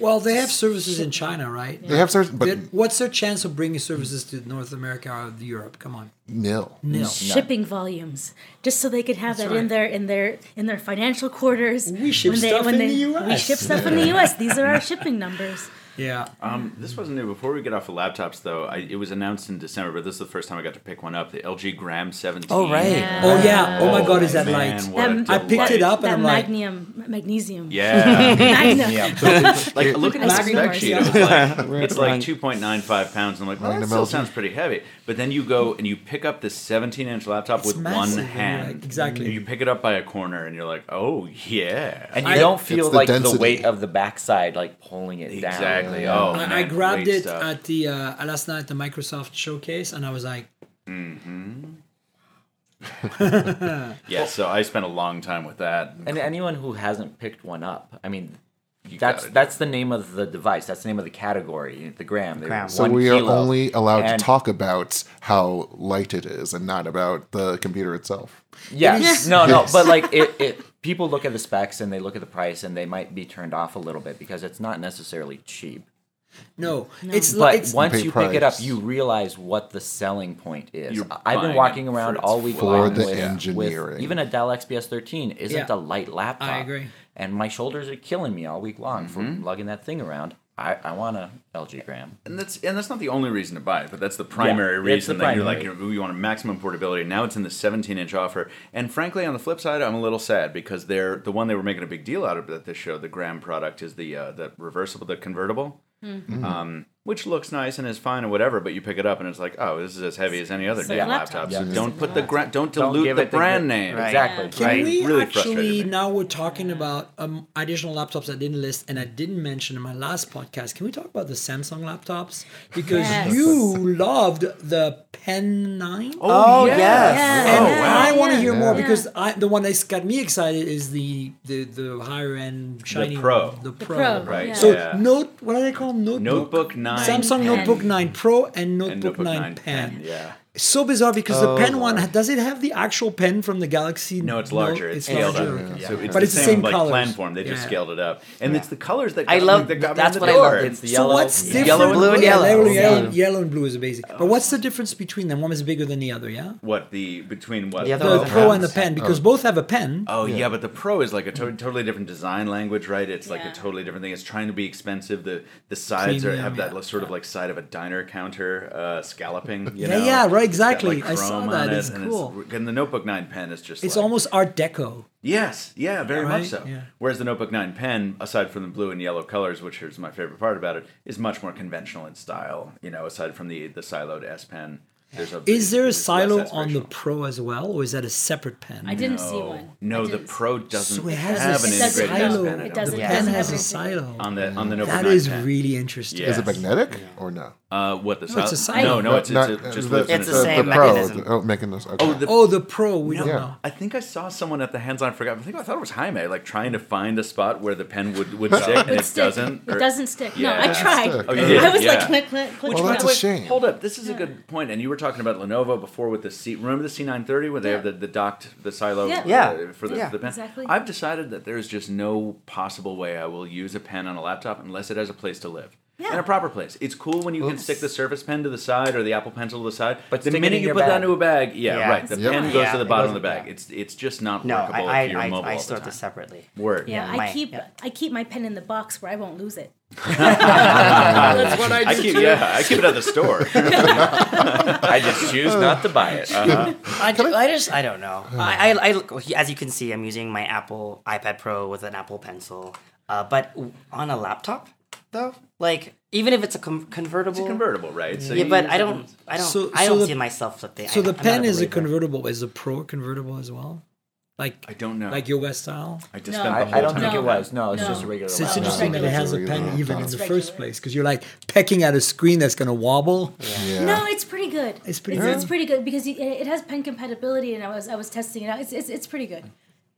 B: Well, they have services in China, right?
E: they have certain, but
B: Then What's their chance of bringing services to North America or Europe? Come on.
E: nil.
B: No.
D: shipping volumes just so they could have that in
B: right.
D: their in their in their financial quarters
B: We ship stuff in the US.
D: we ship stuff in the us these are our shipping numbers
B: Yeah.
G: Um, this wasn't new. Before we get off the laptops, though, I, it was announced in December, but this is the first time I got to pick one up. The LG Gram 17.
C: Oh, right.
B: oh yeah. Oh my god, is that
G: man,
B: light?
G: what a
D: That- I
B: picked it
G: delight.
B: up. But
D: that
B: I'm like-
D: magnesium magnesium
G: Yeah,
D: Magnum.
G: like looking at the
D: Magnum
G: spec
D: bars,
G: sheet,
D: yeah.
G: it was like, it's like
C: Right.
G: 2.95 pounds. And I'm like, well, that
E: Magnum
G: still
E: LG.
G: sounds pretty heavy. But then you go and you pick up this 17 inch laptop with
B: massive,
G: one
B: and you're
G: hand.
B: like, exactly.
G: You pick it up by a corner, and you're like, oh yeah.
F: and you
B: I-
F: don't feel
E: It's the
F: like
E: density.
F: the weight of the backside like pulling it down.
G: Exactly. Oh, man,
B: I, I grabbed
G: great
B: it
G: stuff.
B: at the uh, last night at the Microsoft showcase, and I was like,
G: yeah.
B: Oh.
G: So I spent a long time with that.
F: And anyone who hasn't picked one up, I mean,
G: got
F: that's
G: it.
F: that's the name of the device. That's the name of the category, the gram. They're
C: Gram.
E: So
F: one
E: we are
F: kilo.
E: only allowed
F: And-
E: to talk about how light it is and not about the computer itself.
F: Yes. no, no. But like it, it, people look at the specs and they look at the price and they might be turned off a little bit because it's not necessarily cheap.
B: no, it's
F: But
B: like it's,
F: once
E: Pay
F: you pick it up,
E: price.
F: you realize what the selling point is.
G: You're
F: I've
G: buying
F: been
G: it
F: walking
G: for
F: around
G: its
F: all week
E: For
F: long
E: the
F: with,
E: engineering.
F: with even a Dell XPS 13 isn't
B: Yeah.
F: a light laptop.
B: I agree.
F: And my shoulders are killing me all week long for lugging that thing around. I, I want a LG Gram.
G: And that's and that's not Mm-hmm. the only reason to buy it, but that's the primary
F: it's the
G: reason that you're
F: primary.
G: like you you want a maximum portability. Now it's in the 17 inch offer, and frankly, on the flip side, I'm a little sad because they're the one they were making a big deal out of at this show. The Gram product is the uh, the reversible, the convertible, um, which looks nice and is fine and whatever. But you pick it up and it's like, oh, this is as heavy as any other
D: It's like
G: damn
D: a
G: laptop.
D: laptop.
G: So
F: Yeah.
G: don't put the gra- don't dilute
F: give
G: the
F: it the
G: brand
F: gr-
G: name.
C: Right.
F: Exactly.
B: Can
G: Right.
B: we
G: Really
B: actually
G: frustrated me.
B: now we're talking about um, additional laptops I didn't list and I didn't mention in my last podcast? Can we talk about the Samsung laptops because
D: Yes.
B: you loved the Pen Nine?
C: oh yes,
D: Yeah.
B: and
G: Oh, wow.
B: I want to hear more
E: Yeah.
B: because I, the one that's got me excited is the the, the higher end shiny
G: Pro.
B: one, the Pro,
D: Pro,
G: Right,
D: yeah.
B: So
G: Yeah.
B: note what do they call notebook?
G: Notebook 9
B: Samsung
G: Pen.
B: Notebook Nine Pro and Notebook,
G: And Notebook
B: Nine,
G: 9
B: Pen.
G: Pen. Yeah.
B: It's so bizarre because
C: Oh
B: the pen one does it have the actual pen from the Galaxy?
G: No, it's larger. it's, scaled
B: larger.
G: up.
B: Okay.
G: So it's
B: But
G: the
B: it's the
G: same,
B: same
G: like,
B: colors.
G: plan form. They just
B: Yeah.
G: scaled it up, and it's the colors that got
C: I
G: me-
C: love
G: that. Got me in
C: That's
G: the
C: what I
G: door.
C: love. It's the yellow,
B: so what's different?
C: yellow, blue, and
B: Yeah,
C: yellow.
B: Yellow, yellow,
C: Yeah.
B: yellow and blue is basic. But what's the difference between them? One is bigger than the other. Yeah,
G: what the between what
C: The other
B: the
C: Oh,
B: pro and the
C: perhaps.
B: pen because both have a pen.
G: Oh yeah. but the pro is like a to- totally different design language, right? It's like
D: Yeah.
G: a totally different thing. It's trying to be expensive. The the sides are,
B: Premium,
G: have that
B: yeah.
G: sort of like side of a diner counter uh, scalloping. You
B: Yeah,
G: know?
B: yeah, right,
G: It's got,
B: exactly. I saw
G: chrome
B: that.
G: on
B: It's
G: and
B: cool.
G: and the Notebook Nine pen is just
B: It's
G: like-
B: almost Art Deco.
G: yes, yeah, very
B: Yeah,
G: much
B: right?
G: so.
B: Yeah.
G: Whereas the Notebook Nine pen, aside from the blue and yellow colors, which is my favorite part about it, is much more conventional in style. You know, aside from the the siloed S pen. There's a,
B: Is there a
G: there's less
B: silo on the
G: aspirational.
B: pro as well, or is that a separate pen?
D: I didn't see
G: No,
D: one. I
G: no, the
D: didn't see-
G: pro doesn't
B: So it has
G: Mm-hmm.
B: a
G: have an integrated S
B: silo.
G: pen. I
D: It
G: don't
D: doesn't
B: the
G: think.
C: Yeah.
B: pen
D: doesn't
B: has a
D: have an
B: silo.
G: on the on the Notebook
B: That
G: Nine
B: is
G: pen.
B: really interesting.
G: Yeah.
E: Is it
G: Yes.
E: magnetic or no?
G: Uh, what the
B: No, it's
G: sou-
B: a
G: No,
B: silo.
G: no,
B: No,
G: it's,
E: Not-
G: it's, it just
E: the,
G: lives in
C: It's
G: its
C: the
E: the, the
G: own-
C: same
E: pro.
C: mechanism.
E: Oh, making this. Okay.
G: Oh, the,
B: Oh, the pro. We don't
E: Yeah.
B: know.
G: I think I saw someone at the hands-on. I forgot. I think I thought it was Jaime, like trying to find a spot where the pen would would stick, and it
D: stick.
G: doesn't.
D: It
G: or-
D: doesn't stick.
G: Yeah.
D: No, I
G: It
D: tried.
E: stick.
G: Oh, you did?
D: I was like,
G: Yeah.
D: click, click, click.
E: Well,
D: click.
E: that's a shame.
G: Hold up, this is a good point. And you were talking about Lenovo before with the seat. Remember the C930 where they have the,
D: Yeah.
G: the docked the silo uh,
D: Yeah.
C: Yeah.
G: for the,
C: Yeah.
G: the pen?
D: Exactly.
G: I've decided that there's just no possible way I will use a pen on a laptop unless it has a place to live.
D: Yeah.
G: And a proper place. It's cool when you can stick the Surface Pen to the side or the Apple Pencil to the side.
F: But
G: the
F: stick it
G: minute
F: in
G: you
F: your
G: put that
F: bag.
G: into a bag, yeah,
C: Yeah.
G: right. The
E: Yep.
G: pen goes
C: Yeah,
G: to the
C: it
G: bottom of the
C: doesn't-
G: bag.
C: yeah.
G: It's it's just not
C: No, I,
G: workable
C: I,
G: if you're
C: I,
G: mobile.
C: I
G: all the
C: store this
G: time.
C: separately.
G: Word.
D: Yeah, I
C: my-
D: keep
C: yeah.
D: I keep my pen in the box where I won't lose it.
B: That's what
G: I keep yeah, I keep it at the store.
F: I just choose not to buy it.
C: I, ju- I just I don't know. I, I, I look- as you can see, I'm using my Apple iPad Pro with an Apple Pencil. Uh, but w- on a laptop, though, like even if it's a com- convertible,
G: It's a convertible, right? So
C: Yeah,
G: you
C: but
G: use
C: I
G: it-
C: don't, I don't,
B: So-
C: I
B: so
C: don't
B: the-
C: see myself flipping.
B: So
C: I,
B: the
C: I'm not
B: pen is a
C: believer.
B: convertible. Is the pro convertible as well? Like
G: I don't know.
B: Like yoga style.
G: I just
D: No.
G: spent the whole
F: I, I don't
G: time.
F: think
D: No.
F: it was. No, it's just a
D: No.
F: regular.
B: So it's
F: laptop.
B: interesting that it has a
E: regular.
B: pen even in
E: It's
B: the
D: regular.
B: first place because you're like pecking at a screen that's going to wobble.
E: yeah.
D: No, it's pretty good.
B: It's pretty
D: It's,
B: good.
D: pretty good because you, it it has pen compatibility, and I was I was testing it out. It's it's, it's pretty good.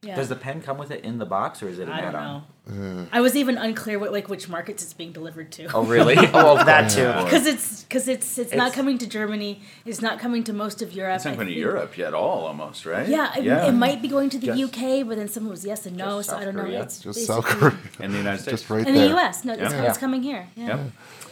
D: Yeah.
F: Does the pen come with it in the box, or is it an
D: I don't
F: add-on?
D: know. I was even unclear what like which markets it's being delivered to.
F: Oh, really? oh, well, that too.
D: Because it's because it's, it's not
F: It's-
D: coming to Germany. It's not coming to most of Europe.
G: It's not
D: I
G: going to
D: think-
G: Europe yet, all almost, right?
D: Yeah, it, it might be going to the
G: Just-
D: UK, but then someone was yes and no,
F: Just
D: so I
F: South
D: don't know.
F: Korea.
D: It's
E: Just South
D: basically-
E: Korea.
G: In the United States.
E: Just right
D: And
E: there.
D: the US, no, it's,
G: Yeah.
D: it's coming here. Yeah.
G: Yep.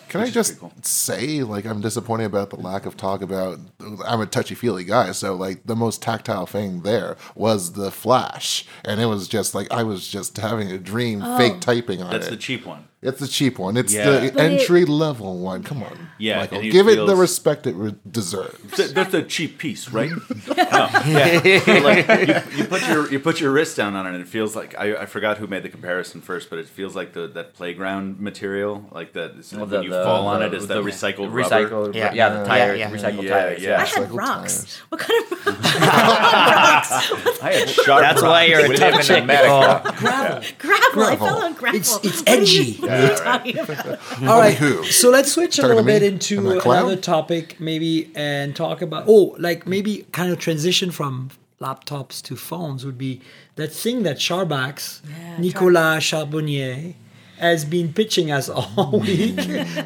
E: Can I
G: is pretty
E: just
G: cool.
E: say, like, I'm disappointed about the lack of talk about. I'm a touchy feely guy, so like the most tactile thing there was the flash, and it was just like I was just having a dream,
D: Oh.
E: fake typing on
G: That's
E: it.
G: the cheap one.
E: it's the cheap one. It's
G: Yeah.
E: the
D: But it-
E: entry level one. Come on,
G: Yeah,
E: Michael,
G: and it
E: give it the
G: feels-
E: respect it re- deserves.
G: Th- That's a cheap piece, right? Oh, yeah. So, like, you, you put your you put your wrist down on it, and it feels like I, I forgot who made the comparison first, but it feels like the that playground material, like that it's- when
F: The-
G: you
F: the-
G: fall on
F: the-
G: it, is
F: the
G: that recycled rubber?
F: Recycled. Yeah, yeah, the tires.
C: yeah.
F: Recycled
G: Yeah,
F: tires.
G: yeah.
D: I
E: It's like
D: had
E: old
D: rocks.
E: tires.
D: What kind of
G: I had sharp.
F: That's why
G: rocks.
F: you're a
G: We
F: tough
G: live in
F: chick.
G: America.
D: gravel? I
E: Gravel.
D: fell on gravel.
B: It's- it's
D: What are you-
B: edgy.
D: What are you talking about?
B: All right.
E: Who?
B: So let's switch a
E: Talking to
B: little bit
E: me?
B: into
E: Am I a clown?
B: another topic, maybe, and talk about oh, like maybe kind of transition from laptops to phones would be that thing that Charbax,
D: Yeah,
B: Nicolas Charbonnier, has been pitching us all week,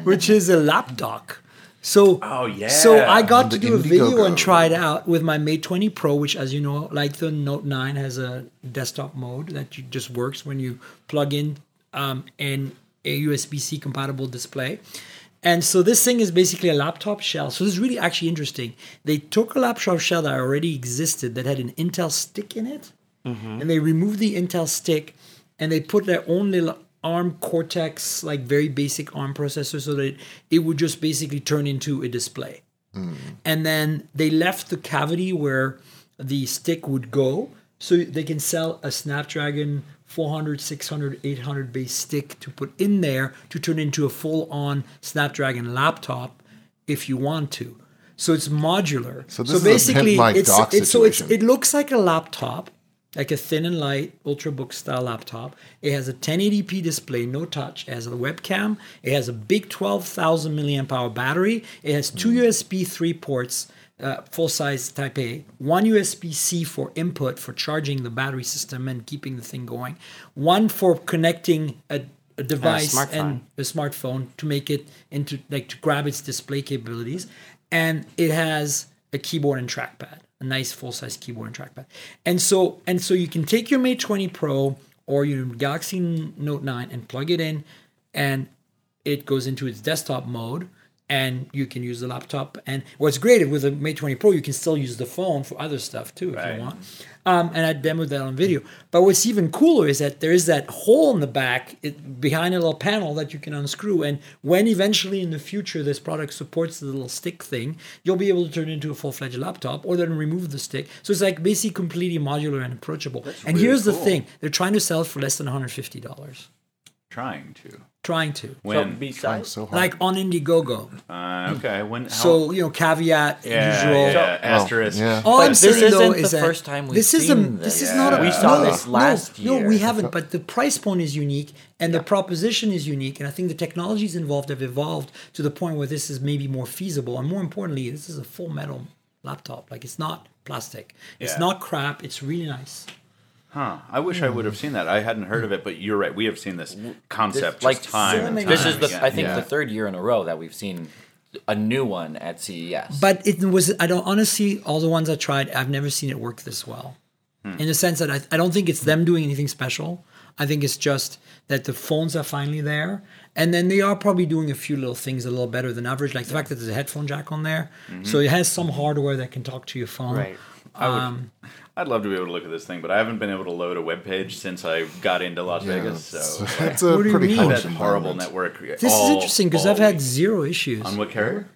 B: which is a lapdog. So,
G: Oh, yeah.
B: So I got to
E: The
B: do a video
E: Indiegogo.
B: and try it out with my Mate 20 Pro, which, as you know, like the Note 9, has a desktop mode that you, just works when you plug in um, an a USB-C compatible display. And so this thing is basically a laptop shell. So this is really actually interesting. They took a laptop shell that already existed that had an Intel stick in it, and they removed the Intel stick and they put their own little ARM Cortex, like very basic ARM processor, so that it would just basically turn into a display
E: Hmm.
B: and then they left the cavity where the stick would go so they can sell a snapdragon 400 600 800 base stick to put in there to turn into a full on snapdragon laptop if you want to so it's modular
E: So this is a Pimp My
B: it's,
E: Doc
B: it's so it's, it
E: situation.
B: looks like a laptop like a thin and light ultrabook style laptop it has a 1080p display no touch it has a webcam it has a big 12000 milliamp hour battery it has two usb 3 ports uh, full size type a one usb c for input for charging the battery system and keeping the thing going one for connecting a, a device
C: smartphone.
B: and a smartphone to make it into like to grab its display capabilities and it has a keyboard and trackpad, a nice full size keyboard and trackpad. And so and so you can take your Mate 20 Pro or your Galaxy Note 9 and plug it in and it goes into its desktop mode and you can use the laptop and what's great is with the Mate 20 Pro you can still use the phone for other stuff too if
G: Right.
B: you want. Um, and I demoed that on video. But what's even cooler is that there is that hole in the back it, behind a little panel that you can unscrew. And when eventually in the future this product supports the little stick thing, you'll be able to turn it into a full fledged laptop or then remove the stick. So it's like basically completely modular and approachable. and
G: really
B: here's the
G: cool.
B: thing they're trying to sell it for less than $150.
G: Trying to.
B: Trying to.
F: So
G: When?
E: Trying
F: besides,
E: so hard.
B: Like on Indiegogo.
G: uh, okay. When? How,
B: So, you know, caveat,
G: yeah,
B: usual.
G: yeah, asterisk.
E: Oh, yeah.
B: All
F: But
B: I'm
F: this
B: saying
F: isn't
B: though
F: the
B: is that
F: first time we've
B: this is a,
F: seen
B: this
F: this.
B: is not a
F: We saw this last
B: no, No,
F: year.
B: we haven't. But the price point is unique, and the proposition is unique, and I think the technologies involved have evolved to the point where this is maybe more feasible, and more importantly, this is a full metal laptop. Like it's not plastic. It's
G: Yeah.
B: not crap. It's really nice.
G: Huh. I wish I would
E: Hmm.
G: have seen that. I hadn't heard of it, but you're right. We have seen this concept
F: like
G: just time. and
B: many
F: this
G: time
F: is the
G: again.
F: I think
E: Yeah.
F: the third year in a row that we've seen a new one at E CES.
B: But it was, I don't, honestly, all the ones I tried, I've never seen it work this well.
G: Hmm.
B: In the sense that I, I don't think it's them doing anything special. I think it's just that the phones are finally there. And then they are probably doing a few little things a little better than average, like the fact that there's a headphone jack on there. So
G: Mm-hmm.
B: it has some hardware that can talk to your phone.
C: Right.
G: I'd love to be able to look at this thing, but I haven't been able to load a web page since I got into Las Vegas. So
E: That's a
B: What do you
E: pretty
B: mean?
E: hellish
G: that horrible
E: environment.
G: network.
B: This
G: all-
B: is interesting because
G: all
B: I've had
G: week.
B: zero issues.
G: on what carrier?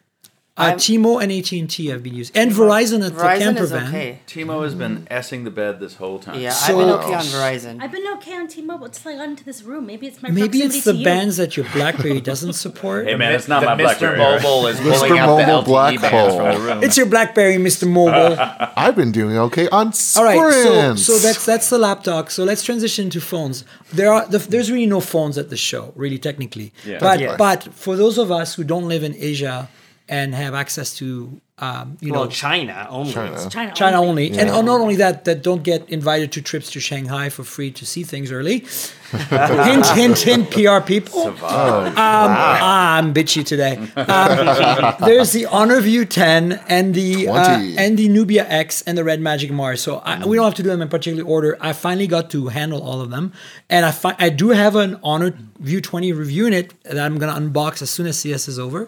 B: Uh, Timo and AT&T have been used. And Verizon at the
C: Verizon
B: camper
C: is
B: van.
C: okay.
G: Timo has
E: Hmm.
G: been essing the bed this whole time.
C: Yeah,
B: So-
C: I've been okay on Verizon.
D: I've been okay on T-Mobile until I got into this room. Maybe it's my
B: Maybe
D: proximity
B: it's the
D: to you.
B: bands that your BlackBerry doesn't support.
G: Hey man, it's not my
F: Mr.
G: BlackBerry. right?
F: Mobile is
E: Mr.
F: pulling out
E: Mobile
F: the LTE bands
E: Blackball.
F: from the room.
B: It's your BlackBerry, Mr.
G: Uh,
B: Mobile.
E: I've been doing okay on
B: All
E: sprints.
B: right, so, so that's that's the laptop. So let's transition to phones. There are the, there's really no phones at the show, really technically.
G: Yeah.
B: But
C: Yeah.
B: but for those of us who don't live in Asia and have access to um, you
C: Well,
B: know
C: China only.
D: China,
B: China only, and oh, not only that, that don't get invited to trips to Shanghai for free to see things early. hint, hint, hint. PR people. Um, I'm bitchy today. Um, there's the Honor View 10 and the uh,
E: 20.
B: and the Nubia X and the Red Magic Mars. So I, we don't have to do them in particular order. I finally got to handle all of them, and I fi- I do have an Honor View 20 review in it that I'm gonna unbox as soon as CS is over,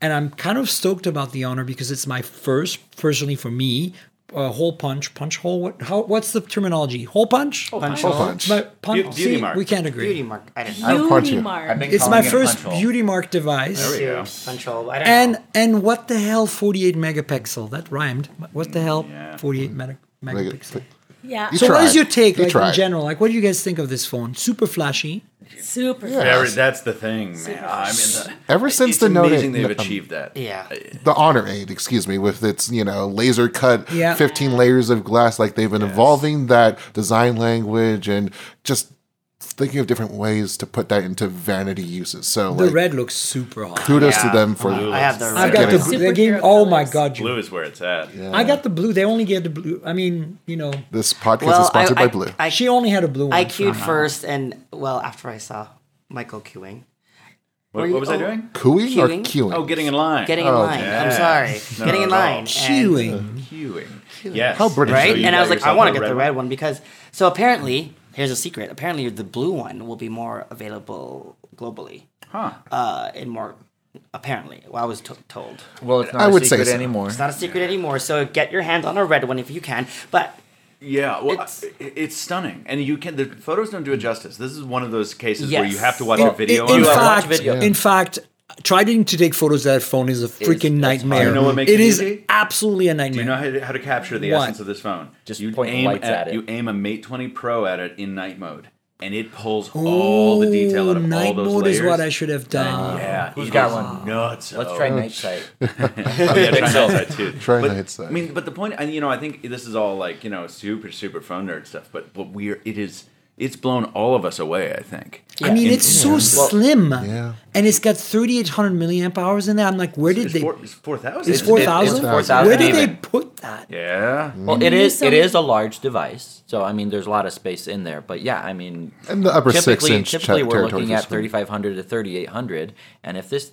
B: and I'm kind of stoked about the Honor because it's my first personally for me. Uh, hole punch, punch hole. What? How? What's the terminology? Hole punch.
C: punch
E: Hole
C: hole.
E: punch.
B: My punch.
G: Beauty
B: see,
G: mark.
B: we can't agree.
C: Beauty mark. I didn't know.
E: I'll punch you.
D: Unimark.
F: I've been
B: It's
F: calling
B: my
F: it a
B: first
F: punch hole.
B: beauty mark device.
G: we go.
C: Punch hole. I don't
B: And
C: know.
B: and what the hell 48 megapixel? That rhymed. What the hell
G: Yeah.
B: 48 mega, megapixel?
D: Yeah,
E: You
B: So what is
E: tried.
B: your take
E: You
B: like in
E: tried.
B: general? Like what do you guys think of this phone? Super flashy.
D: super.
G: Very- that's the thing, man. I mean, the,
E: Ever
G: it's
E: since the Note
G: amazing
E: eight-
G: they've
E: um,
G: achieved that.
C: Yeah.
E: the Honor 8, excuse me, with its, you know, laser cut
B: Yeah.
E: 15 layers of glass. Like they've been evolving that design language and just thinking of different ways to put that into vanity uses. So,
B: The
E: like,
B: red looks super hot.
E: kudos
C: Yeah.
E: to them for
C: I have the
B: I've
C: red.
B: got the
E: Superhero
B: they gave oh my god you.
G: Blue is where it's at.
B: I got the blue. They only get the blue. I mean, you know,
E: this podcast
C: well,
E: is sponsored
C: I, I,
E: by Blue.
C: I,
B: she only had a blue one.
C: I queued first, and well, after I saw Michael queuing,
G: What,
C: you-
G: what was I
C: oh.
G: doing?
E: Cooing, or
C: Queuing?
E: queuing?
G: Oh, getting in line.
C: getting in line. I'm sorry,
G: No,
C: getting in
G: no, no.
C: line, and-
B: Queuing.
G: Queuing. Yes.
E: How British
G: So
C: right?
G: you
C: and I
G: got
C: was like, I
G: yourself
C: want
G: a
C: to get the
G: one.
C: red one because so apparently here's a secret. Apparently the blue one will be more available globally.
G: Huh.
C: Uh, and more apparently, well, I was to told.
F: well, it's not
E: I
F: a
E: would say
F: secret
E: so.
F: anymore.
C: It's not a secret anymore. So get your hands on a red one if you can. But
G: Yeah, well,
C: It's-
G: it's, it's stunning, and you can the photos don't do it justice. This is one of those cases where you
C: Yes.
G: have to watch
B: In,
G: a video.
B: in
G: of it.
B: fact,
F: video.
B: in fact, trying to take photos of that phone is a freaking nightmare.
G: You know what makes
B: it
G: it
B: is
G: easy?
B: absolutely a
G: do
B: nightmare.
G: you know how to, how to capture the
B: What?
G: essence of this phone?
F: Just
G: you
F: point the
G: aim
F: lights at it.
G: You aim a Mate 20 Pro at it in night mode, and it pulls all the detail out of
B: night
G: all those
B: mode
G: layers.
B: is what I should have done.
G: yeah,
F: Who's
G: it
F: got
G: is
F: one?
G: Nuts.
F: Let's try night sight.
G: Oh, yeah, try hindsight too.
E: Try
G: but,
E: hindsight.
G: I mean, but the point, and you know, I think this is all like you know, super super phone nerd stuff. But but we're it is it's blown all of us away. I think.
B: I mean,
G: In-
B: it's so slim,
E: Yeah.
B: and it's got 3,800 milliamp hours in there. I'm like, where did
G: It's
B: they?
G: four- it's four thousand.
B: it's four thousand.
F: 4,000
B: Where did they
F: even.
B: put that?
G: Yeah.
F: Well, it
D: you
F: is.
D: some-
F: It is a large device, so I mean, there's a lot of space in there. But yeah, I mean,
E: And the upper
F: typically,
E: six inch
F: typically
E: te-
F: we're
E: territory
F: looking
E: for
F: at
E: screen.
F: 3500 to 3800, and if this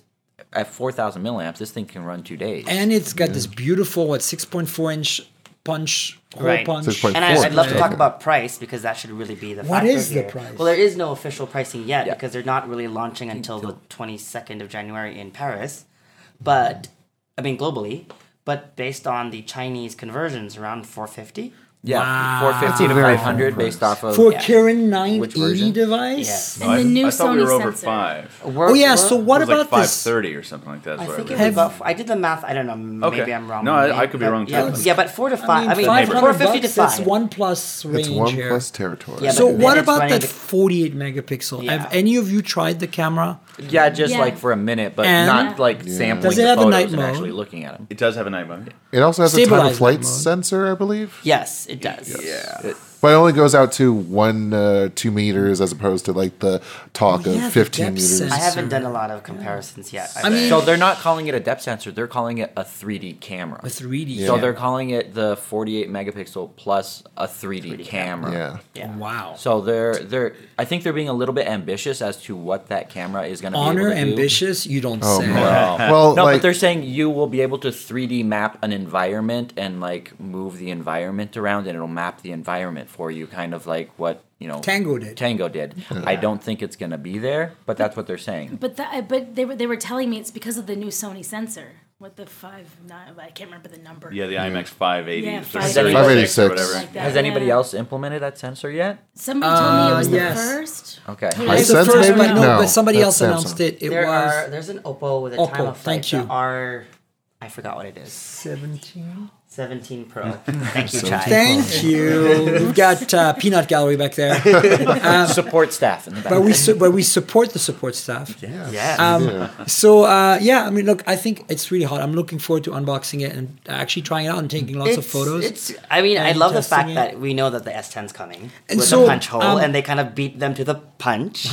F: at 4,000 milliamps, this thing can run two days.
B: and it's got this beautiful what 6.4 inch punch hole
C: Right.
B: punch.
E: 6.4.
C: And I,
E: Four.
C: I'd love to
E: Yeah.
C: talk about price because that should really be the
B: What
C: factor
B: is the
C: here.
B: price?
C: Well, there is no official pricing yet
F: Yeah.
C: because they're not really launching until the 22nd of January in Paris. But I mean globally, but based on the Chinese conversions around 450.
F: yeah, 450 to 500 based off of.
B: for
C: Yeah.
B: Kirin 9
F: Which
B: E
F: version?
B: device.
D: And the new
G: I thought we
D: Sony
G: were over
D: sensor.
G: five. It
C: We're,
B: Oh yeah,
C: we're-
B: so what
G: was
B: about
G: like five
B: this?
G: thirty or something like that.
C: I
G: is what
C: think
G: I
C: it
G: read.
C: was about. I did the math. I don't know.
G: Okay.
C: Maybe I'm wrong.
G: No, I-
C: Maybe-
G: I could be
C: but-
G: wrong, too.
C: Yeah, yeah, but four to
B: I
C: five.
B: mean,
C: I mean,
B: five
C: four
B: hundred
C: fifty to
B: bucks. It's
C: five.
B: one plus range
E: It's one
B: here.
E: plus territory.
C: Yeah,
B: so
C: but then
B: what
C: it's
B: about
C: running
B: that
C: the-
B: 48 megapixel?
C: Yeah.
B: Have any of you tried the camera?
F: Yeah, just
D: Yeah.
F: like for a minute, but
B: And-
F: not like sampling
B: Does it
F: the
B: have a
F: photos
B: night
F: and
B: mode?
F: actually looking at them.
G: It does have a night mode.
E: It also has a time
B: Stabilize
E: of flight
B: mode.
E: sensor, I believe,
C: Yes, it does. Yeah.
E: but it only goes out to one uh, two meters as opposed to like the talk
B: Oh, yeah, the
E: of fifteen
B: depth
E: meters.
B: sensor.
C: I haven't done a lot of comparisons yet. I,
B: mean-
F: So they're not calling it a depth sensor; they're calling it a 3D camera.
B: A 3D.
F: So
B: camera.
F: they're calling it the 48 megapixel plus a 3D, camera.
E: Yeah,
C: yeah.
B: wow.
F: So they're they're I think they're being a little bit ambitious as to what that camera is going to be
B: Honor
F: able to do.
B: ambitious, you don't
E: Oh,
B: say.
E: man.
F: No.
E: Well,
F: no,
E: like-
F: but they're saying you will be able to 3D map an environment and like move the environment around, and it'll map the environment for you, kind of like what you know
B: Tango did.
F: Tango did. I don't think it's going to be there, but that's what they're saying.
D: But that, but they were they were telling me it's because of the new Sony sensor. What the five nine? I can't remember the number.
G: Yeah, the IMX 580,
D: Yeah,
G: thirty-six,
E: 586.
G: or whatever.
D: Like that,
F: Has anybody
D: yeah.
F: else implemented that sensor yet?
D: Somebody told me it was
B: Um, yes.
D: the first.
F: Okay.
E: I
B: It's the
E: sense
B: first,
E: maybe?
B: but no,
E: No,
B: but somebody else
E: that's
B: announced
E: Samsung.
B: it. It
C: There are
B: was
C: there's an Oppo with a
B: Oppo,
C: time of flight.
B: thank you.
C: The R, I forgot what it is.
B: 17.
C: 17 Pro. Thank you, Chai.
B: Thank you. We've got uh, Peanut Gallery back there.
F: Support staff in the back.
B: Uh, but we su- but we support the support staff.
C: Yes.
B: Um,
E: yeah.
B: So uh, yeah, I mean, look, I think it's really hot. I'm looking forward to unboxing it and actually trying it out and taking lots of
C: It's-
B: photos.
C: It's, I mean, I
B: and
C: love the
B: testing
C: fact
B: it.
C: that we know that the S10's coming
B: And
C: with
B: so,
C: a punch hole,
B: um,
C: and they kind of beat them to the punch.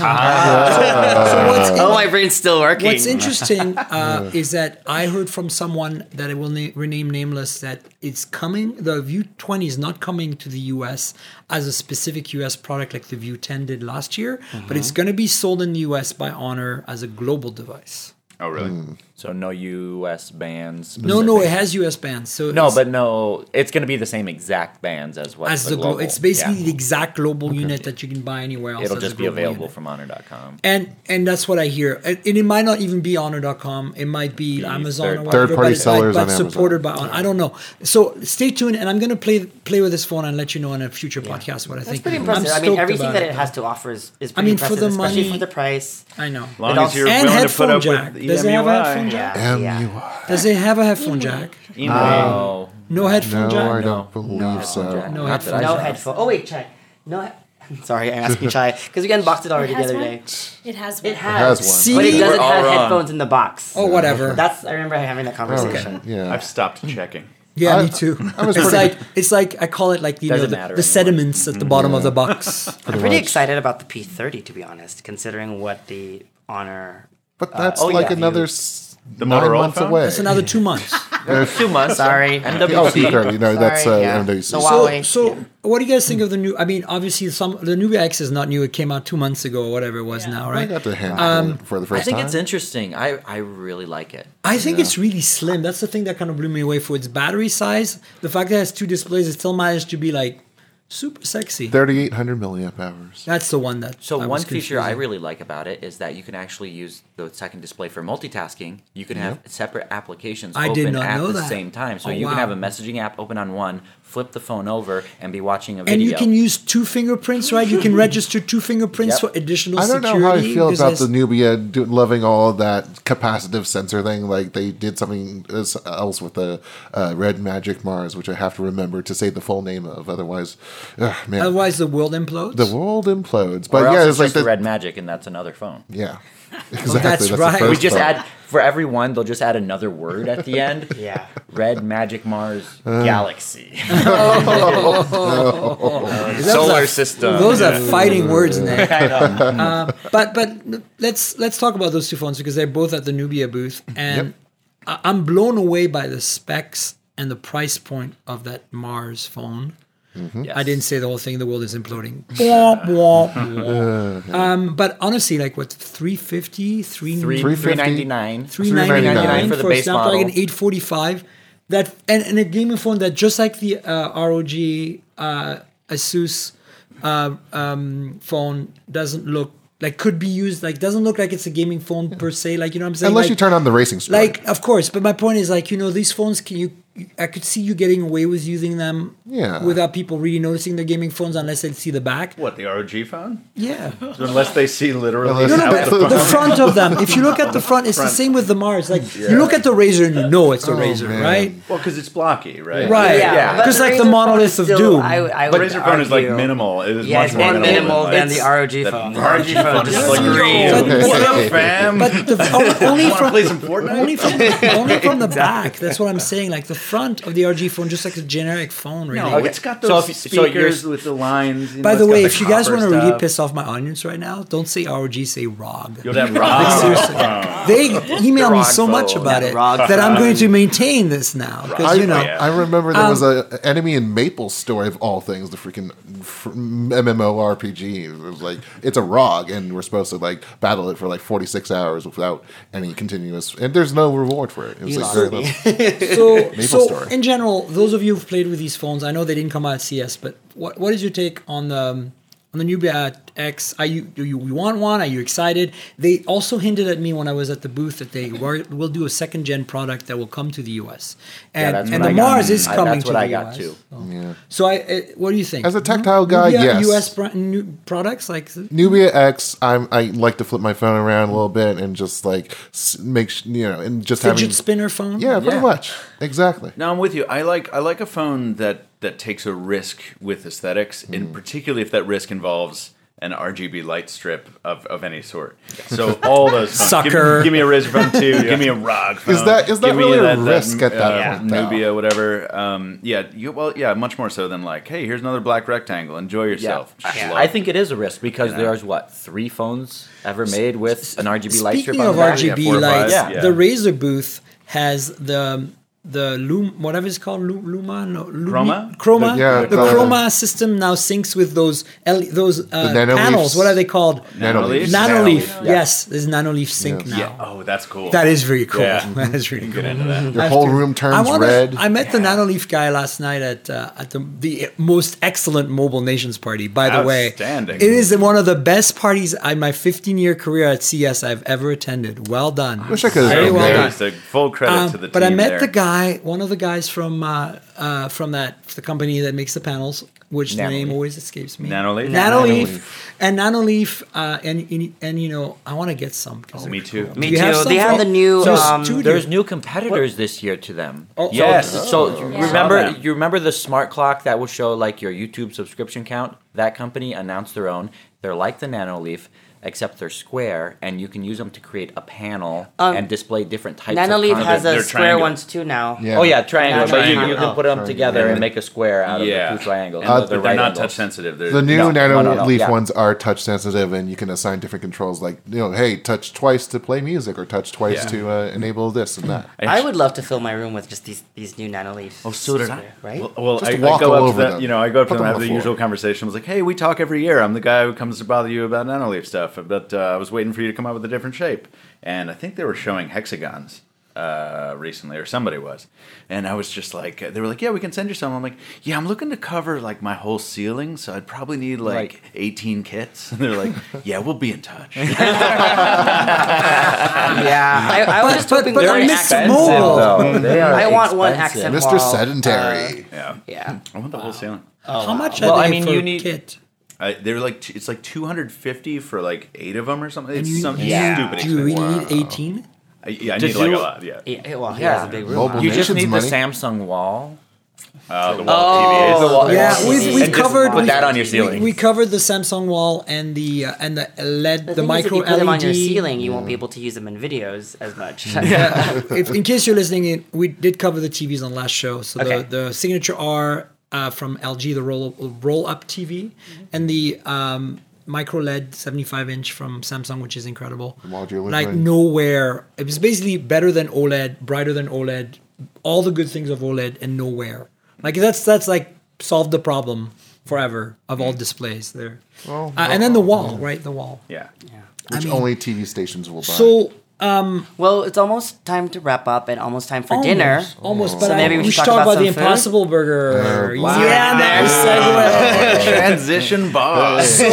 B: so what's, in-
C: oh, my brain's still working.
B: what's interesting uh, is that I heard from someone that I will na- rename nameless that it's coming. The View 20 is not coming to the U.S. as a specific U.S. product like the View 10 did last year, but it's
C: Mm-hmm.
B: going to be sold in the U.S. by Honor as a global device.
G: Oh, really?
F: so no U.S. bands.
B: No, no, it has U.S. bands. So
F: No,
B: it's-
F: but no, it's going to be the same exact bands as what
B: as the, glo-
F: global.
B: it's basically
F: Yeah.
B: the exact global unit that you can buy anywhere else.
F: It'll
B: as a
F: just be
B: global
F: available
B: unit.
F: from honor.com.
B: And and that's what I hear. And, and it might not even be honor.com. It might be Amazon
F: third-
B: or whatever.
E: Third-party
B: but it's like-
E: sellers
B: but
E: on Amazon.
B: supported by Honor. I don't know. So stay tuned, and I'm going to play play with this phone and let you know in a future podcast what I
C: That's
B: think.
C: pretty impressive.
B: I'm
C: i mean,
B: stoked
C: everything
B: about
C: that
B: it,
C: it has to offer is, is pretty
B: mean, for
C: impressive,
B: the
C: especially
B: money-
C: for the price.
B: though. I know.
G: long
C: It
G: as you're
B: and
G: willing to
B: headphone
G: put up
B: jack.
G: with E
B: Does it have a
G: EMUI.
B: headphone jack?
C: Yeah,
E: M
C: yeah.
E: U I.
B: Does it have a headphone
C: Mm-hmm.
B: jack?
E: Um,
G: EMUI.
F: Oh,
B: No headphone
E: No, I
B: jack.
E: don't believe so.
B: No
F: Not that
B: headphone
F: I
C: No
F: saw.
C: headphone. Oh wait, Chai. No. he- Sorry, I asked you, Chai, because we unboxed it already
D: It
C: the
D: has
C: other
D: one.
C: day.
D: It has one.
C: It has,
E: has one.
B: See?
C: but it doesn't
F: We're all
C: have
F: wrong.
C: headphones in the box.
B: Oh, whatever.
C: That's I remember having that conversation.
E: Yeah.
G: I've stopped checking.
B: yeah,
E: I-
B: me too.
E: I was
B: it's
E: pretty-
B: like it's like I call it like you know
F: Doesn't
B: the,
F: matter
B: the
F: anymore.
B: sediments at the bottom of the box.
C: I'm pretty
E: much.
C: excited about the P30 to be honest, considering what the Honor.
E: But that's
F: oh,
E: like
F: yeah.
E: another s- nine
G: Motorola
E: months
G: phone?
E: away.
B: It's another two months.
F: two months.
C: Sorry.
E: oh,
F: MWC.
E: P30. No, that's uh,
C: Sorry, yeah.
E: MWC.
C: So
F: Oh,
E: So-
C: Huawei.
B: So, what do you guys think of the new? I mean, obviously, some the Nubia X is not new. It came out two months ago, or whatever it was now,
E: I
B: right?
E: got to handle it for the
F: I
E: first
F: think
E: time.
F: it's interesting. I, I really like it.
B: I think it's really slim. That's the thing that kind of blew me away for its battery size. The fact that it has two displays, it still managed to be like super sexy.
E: 3,800 milliamp hours.
B: That's the one that.
F: So
B: that
F: one
B: was
F: feature I
B: confusing.
F: really like about it is that you can actually use the second display for multitasking. You can have separate applications
B: I
F: open
B: did not
F: at
B: know
F: the
B: that.
F: same time. So
B: Oh,
F: you
B: wow.
F: can have a messaging app open on one, flip the phone over, and be watching a video.
B: And you can use two fingerprints, right? You can register two fingerprints
F: Yep.
B: for additional
E: I don't know
B: security.
E: how I feel
B: because
E: about the
B: there's-
E: Nubia do, loving all that capacitive sensor thing. Like they did something as- else with the uh, Red Magic Mars, which I have to remember to say the full name of. Otherwise, ugh, man,
B: Otherwise, the world implodes.
E: the world implodes.
F: Or
E: But
F: else
E: yeah,
F: it's,
E: it's like
F: just the
E: the
F: red magic, and that's another phone.
E: Yeah, exactly.
B: that's
E: the
B: right. We
F: We
E: first
F: just
E: part.
F: add for every one, they'll just add another word at the end.
C: Yeah.
F: Red Magic Mars
C: Uh,
F: Galaxy
B: Those are-
F: Solar System.
G: uh,
B: Those are fighting words, Nick. Uh, but but let's let's talk about those two phones because they're both at the Nubia booth, and I- I'm blown away by the specs and the price point of that Mars phone. I didn't say the whole thing. The world is imploding. Mm-hmm. Womp, womp, womp. um, but honestly, like what 350, 390
F: Three three ninety nine.
B: 399
F: for
B: for,
F: the
B: for
F: base
B: Snapdragon
F: model.
B: 845. That and, and a gaming phone that just like the uh, ROG uh, Asus uh, um, phone doesn't look like could be used like doesn't look like it's a gaming phone per se. Like you know what I'm saying?
E: Unless
B: like,
E: you turn on the racing sport.
B: like of course, but my point is like you know these phones can you. I could see you getting away with using them
E: Yeah.
B: without people really noticing they're gaming phones unless they see the back.
G: What the ROG phone?
B: Yeah.
G: Unless they see literally
E: Unless-
G: out
B: No,
G: the
B: no, but the front of them. If you look at the front, it's the same with the Mars. Like you look at the razor and you know it's a razor,
E: Oh, man.
B: right?
G: Well, because it's blocky, right?
B: Right.
F: Yeah.
C: but
B: Because like the
C: Razer
B: monolith
C: phone
B: of
C: still,
B: Doom.
C: I, I
G: The
C: would
G: razor phone is like
C: argue-
G: minimal. It is
C: Yeah,
G: much
C: it's
G: more
C: more minimal
G: like-
C: than the
G: It's-
C: ROG
G: the
C: phone.
G: ROG phone is just like,
B: Yes.
G: "Yo, what up, fam?
B: But the, o- only
G: Want to
B: from
G: play some Fortnite?
B: only from only from the back. That's what I'm saying. Like the front of the RG phone, just like a generic phone, really.
G: No,
F: Okay.
G: it's got
F: So
G: those
F: if- so you're-
G: speakers with the lines. you
B: By
G: know,
B: the
G: it's got
B: way, if you guys
G: copper
B: want to really
G: stuff.
B: piss off my audience right now, don't say ROG, say ROG.
G: Yo, that rock.
B: seriously. They email me
F: ROG
B: so much
F: phone.
B: about
C: Yeah,
B: it
C: ROG
B: that I'm
C: phone.
B: going to maintain this now
E: I,
B: because you know.
G: yeah.
E: I remember there was a enemy in Maple Story of all things, the freaking fr- MMORPG. It was like it's a ROG, and we're supposed to like battle it for like forty six hours without any continuous, and there's no reward for it. It was
C: You lost
E: like very
C: me.
E: little.
B: So, so
E: story.
B: in general, those of you who've played with these phones, I know they didn't come out at CS, but what what is your take on the um, on the new uh, X? Are you do you want one? Are you excited? They also hinted at me when I was at the booth that they were, will do a second gen product that will come to the US, and
F: that's
B: and
F: what
B: the
F: I got.
B: Mars is
F: I-
B: coming
F: that's
B: to
F: what
B: the
F: I got
B: US.
F: too.
B: So, so I, uh, what do you think?
E: As a tactile guy,
B: Nubia,
E: yes.
B: US br- new products like
E: Nubia X, I'm, I like to flip my phone around a little bit and just like s- make sh- you know, and just
B: fidget
E: having
B: spinner phone.
E: yeah, pretty
F: Yeah.
E: much exactly.
G: No, I'm with you. I like I like a phone that that takes a risk with aesthetics,
E: Mm.
G: and particularly if that risk involves an RGB light strip of, of any sort. So all those phones.
B: Sucker.
G: Give, give me a Razor phone too. Give me a ROG phone.
E: that- is that
G: Give me
E: really a risk at that
G: uh,
E: point, though?
G: Nubia, whatever. Um, yeah. You, well, yeah. Much more so than like, hey, here's another black rectangle. Enjoy yourself.
F: Yeah.
G: Just love
F: I
G: it.
F: think it is a risk because there's what three phones ever made with an RGB light strip
B: Speaking
F: on
B: of
F: the back?
B: RGB
G: Yeah, four or five,
B: lights,
F: yeah.
B: the Razer booth has the the Lum, whatever it's called, Lu- Luma, no, Lumi-
G: Chroma?
B: Chroma.
E: The- yeah,
B: the,
E: the-
B: Chroma system now syncs with those L- those uh,
E: nano
B: panels.
E: leafs.
B: What are they called?
E: Nano
G: Nano
E: leaves.
G: leaves.
B: Nano leaf.
G: Nanoleaf,
B: Yes, there's nano leaf sync now.
G: Yeah. Oh, that's cool.
B: That is Mm-hmm. very cool.
G: Yeah.
B: That is really cool.
E: Your whole room turns
B: I wanna-
E: red.
B: I met the Nano Leaf guy last night at uh, at the, the most excellent Mobile Nations party. By the way,
G: Outstanding.
B: It is one of the best parties in my 15 year career at CS I've ever attended. Well done.
E: Wish I could have
G: So
B: Very
E: been
B: well
E: there.
B: done.
G: there's the full credit
B: Um,
G: to the
B: but I
G: team
B: met
G: there.
B: the guy, one of the guys from uh, uh, from that the company that makes the panels, which the
F: Nanoleaf.
B: name always escapes me.
G: Nanoleaf?
B: Nanoleaf, and Nanoleaf, uh, and, and and you know I want to get some. 'cause they're
G: Oh, me too.
B: cool.
G: Me
B: Do you have
C: too.
B: some
C: They have
B: for-
C: the new,
B: There's
C: um,
B: two
F: There's
B: dude.
F: new competitors this year to them.
B: Oh,
G: Yes.
F: So, so
G: Yeah.
F: remember,
G: Saw that.
F: you remember the smart clock that will show like your YouTube subscription count. That company announced their own. They're like the Nano Leaf, except they're square, and you can use them to create a panel and display different types. of
C: Nanoleaf
F: content.
C: has
G: they're
C: a square
G: triangle.
C: ones too now.
E: Yeah.
F: Oh yeah, triangle.
C: Yeah,
F: but you,
C: triangle.
F: you can put them together and make a square out of
G: yeah.
F: the two triangles.
G: And
F: or
G: Uh, but
F: the
G: they're
F: right
G: not
F: angles.
G: touch sensitive. They're,
E: The new
F: No, no,
E: Nano
F: no, no,
E: Leaf
F: yeah.
E: ones are touch sensitive, and you can assign different controls, like you know, hey, touch twice to play music, or touch twice
G: Yeah.
E: to uh, enable this and that.
C: I would love to fill my room with just these these new Nanoleaf. Oh,
G: so did I.
C: Right?
G: Well, well
E: Just
G: I, I
E: walk
G: go
E: all
G: up
E: over
G: to them.
E: them.
G: You know, I go up
E: Put
G: to
E: them
G: them, have
E: on
G: the
E: the floor.
G: usual conversation. I was like, "Hey, we talk every year. I'm the guy who comes to bother you about nanoleaf stuff, but uh, I was waiting for you to come up with a different shape." And I think they were showing hexagons uh, recently, or somebody was. And I was just like, "They were like, yeah, we can send you some." I'm like, "Yeah, I'm looking to cover like my whole ceiling, so I'd probably need like
F: Right.
G: 18 kits." And they're like, "Yeah, we'll be in touch." ah.
C: yeah. I, I was
B: But-
C: just
B: Ah. but-
C: hoping
B: but
C: for
B: they're
C: an
B: mixed
C: accent.
B: mold.
F: though. Oh, They are
C: I want one accent.
F: expensive.
E: Mr.
C: wall,
E: Sedentary.
G: yeah,
C: Yeah.
G: I want the whole ceiling.
B: How much
F: Oh, Well,
B: are they
F: I mean,
B: for
F: you need-
B: kit?
G: I, they were like, t- it's like 250 for like eight of them or something. It's
B: You-
G: some
B: you-
G: stupid.
B: Do you really
G: expensive.
B: need 18?
G: I, yeah, I
F: To
G: need like
F: do-
G: a lot. Yeah.
C: Yeah, well, he
F: Yeah.
C: has a big room.
E: Mobile
C: huh?
F: You just
E: Nation's
F: need
E: money.
F: the Samsung wall.
G: Uh, the wall
F: The wall-
B: Yeah,
C: Yeah.
B: we've, we've
F: And just
B: covered
F: Put
B: we-
F: that on your
B: we-
F: ceiling.
B: We, covered the Samsung wall and the uh, and the LED, the,
C: thing is,
B: micro E
C: if you put
B: LED.
C: them on your ceiling, you won't be able to use them in videos as much. yeah.
B: if, in case you're listening, in, we did cover the TVs on last show. So
C: Okay.
B: the, the signature R uh, from LG, the roll roll up TV, and the um, micro LED 75 inch from Samsung, which is incredible.
E: Modular
B: like
E: thing.
B: nowhere, it was basically better than E OLED, brighter than OLED, all the good things of OLED, and nowhere. Like that's that's like solved the problem forever of all displays there. Uh, and then the wall, right? The wall.
G: Yeah.
E: which
B: mean-
E: only TV stations will buy.
B: So
C: Well, it's almost time to wrap up and almost time for
B: almost,
C: dinner.
B: almost, but
C: So
B: I-
C: maybe
B: we
C: we should
B: should
C: talk
B: talk
C: about
B: about the
C: some food? Oh,
B: Impossible Burger.
E: wow.
B: Yeah, nice segue.
G: Transition boss.
B: so,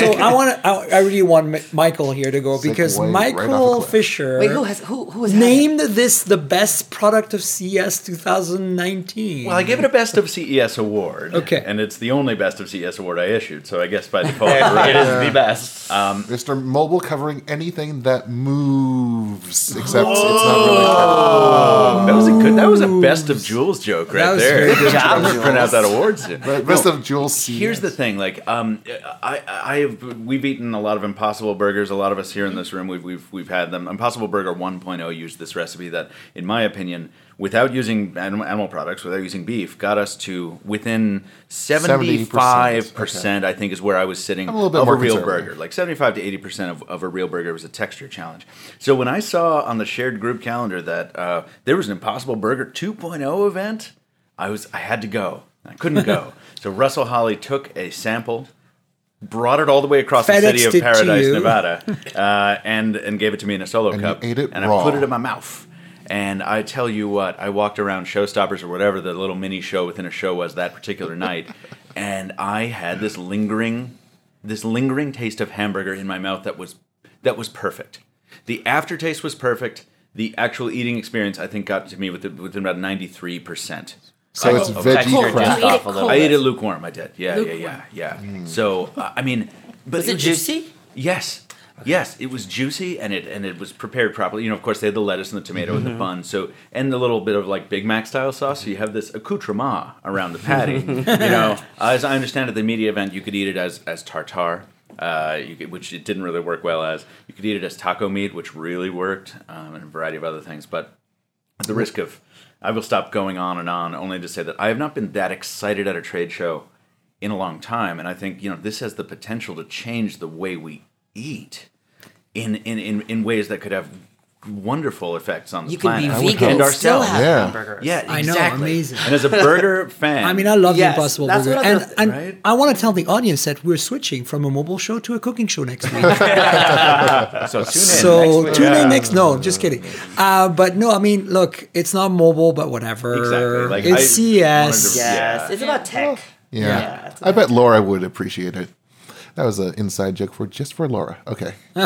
B: so I want to. I, I really want Mi- Michael here to go because
E: Segue right off a
B: Michael
E: cliff.
B: Fisher
C: Wait, who has who who has had it?
B: named this the best product of E CES 2019.
G: Well, I gave it a Best of CES award.
B: Okay.
G: And it's the only Best of CES award I issued, so I guess by default, right? it is the best. Um,
E: Mr. Mobile covering anything that moves, except it's not really. covered.
G: Oh. that was a good. That was a Best of Jules joke right
B: was
G: there.
B: very good
G: job printing out that awards.
E: But Best of Jules C.
G: Here's the thing, like um, I, I have we've eaten a lot of Impossible Burgers. A lot of us here in this room, we've we've, we've had them. Impossible Burger 1.0 used this recipe that, in my opinion, without using animal, animal products, without using beef, got us to within 75 percent. I think is where I was sitting
E: I'm a little bit
G: of
E: more
G: a real
E: conservative.
G: burger. Like 75 to 80 percent of, of a real burger was a texture challenge. So when I saw on the shared group calendar that uh, there was an Impossible Burger 2.0 event. I was I had to go. I couldn't go. so Russell Holly took a sample, brought it all the way across the city
B: FedExed
G: of
B: it to
G: Paradise,
B: you.
G: Nevada, uh, and and gave it to me in a solo
E: And you
G: cup.
E: ate it
G: and
E: raw.
G: I put it in my mouth. And I tell you what, I walked around Showstoppers or whatever the little mini show within a show was that particular night, and I had this lingering, this lingering taste of hamburger in my mouth that was that was perfect. The aftertaste was perfect. The actual eating experience, I think, got to me with within about ninety three percent.
E: So it's veggie
F: texture
E: crap.
F: just
D: You ate
F: off
D: it
F: a little
D: cold.
G: I
F: bit.
G: ate it lukewarm. I did. Yeah, yeah, yeah, yeah.
E: Mm.
G: So uh, I mean, but
C: Was it
G: was just-
C: juicy?
G: yes, yes. It was juicy, and it and it was prepared properly. You know, of course, they had the lettuce and the tomato
C: Mm-hmm.
G: and the bun. So and the little bit of like Big Mac style sauce. So you have this accoutrement around the patty. you know, as I understand at the media event, you could eat it as as tartare. Uh, you could, which it didn't really work well as you could eat it as taco meat, which really worked, um, and a variety of other things. But at the risk of I will stop going on and on only to say that I have not been that excited at a trade show in a long time and I think you know this has the potential to change the way we eat in in in, in ways that could have wonderful effects on the
C: You can
G: planet
C: be
E: would
C: vegan
E: hope.
C: and
G: and
C: still
G: ourselves
C: have
E: Yeah.
C: hamburgers.
G: yeah
B: I
G: exactly.
B: know, amazing.
G: and as a burger fan
B: I mean, I love
C: Yes,
B: the Impossible
C: that's
B: Burger,
C: what I
B: and,
C: was-
B: and
G: right?
B: I want to tell the audience that we're switching from a mobile show to a cooking show next week.
G: so tune in
B: so
G: next week.
B: tune
G: Yeah.
B: in next. No, just kidding. Uh, but no, I mean, look, it's not mobile, but whatever.
G: Exactly. Like, I
B: it's E CES.
G: wanted to-
B: yeah.
C: Yes,
G: Yeah.
C: it's about tech.
E: Yeah.
C: Yeah, it's
E: I bet Laura would appreciate it. That was an inside joke for just for Laura. Okay.
B: We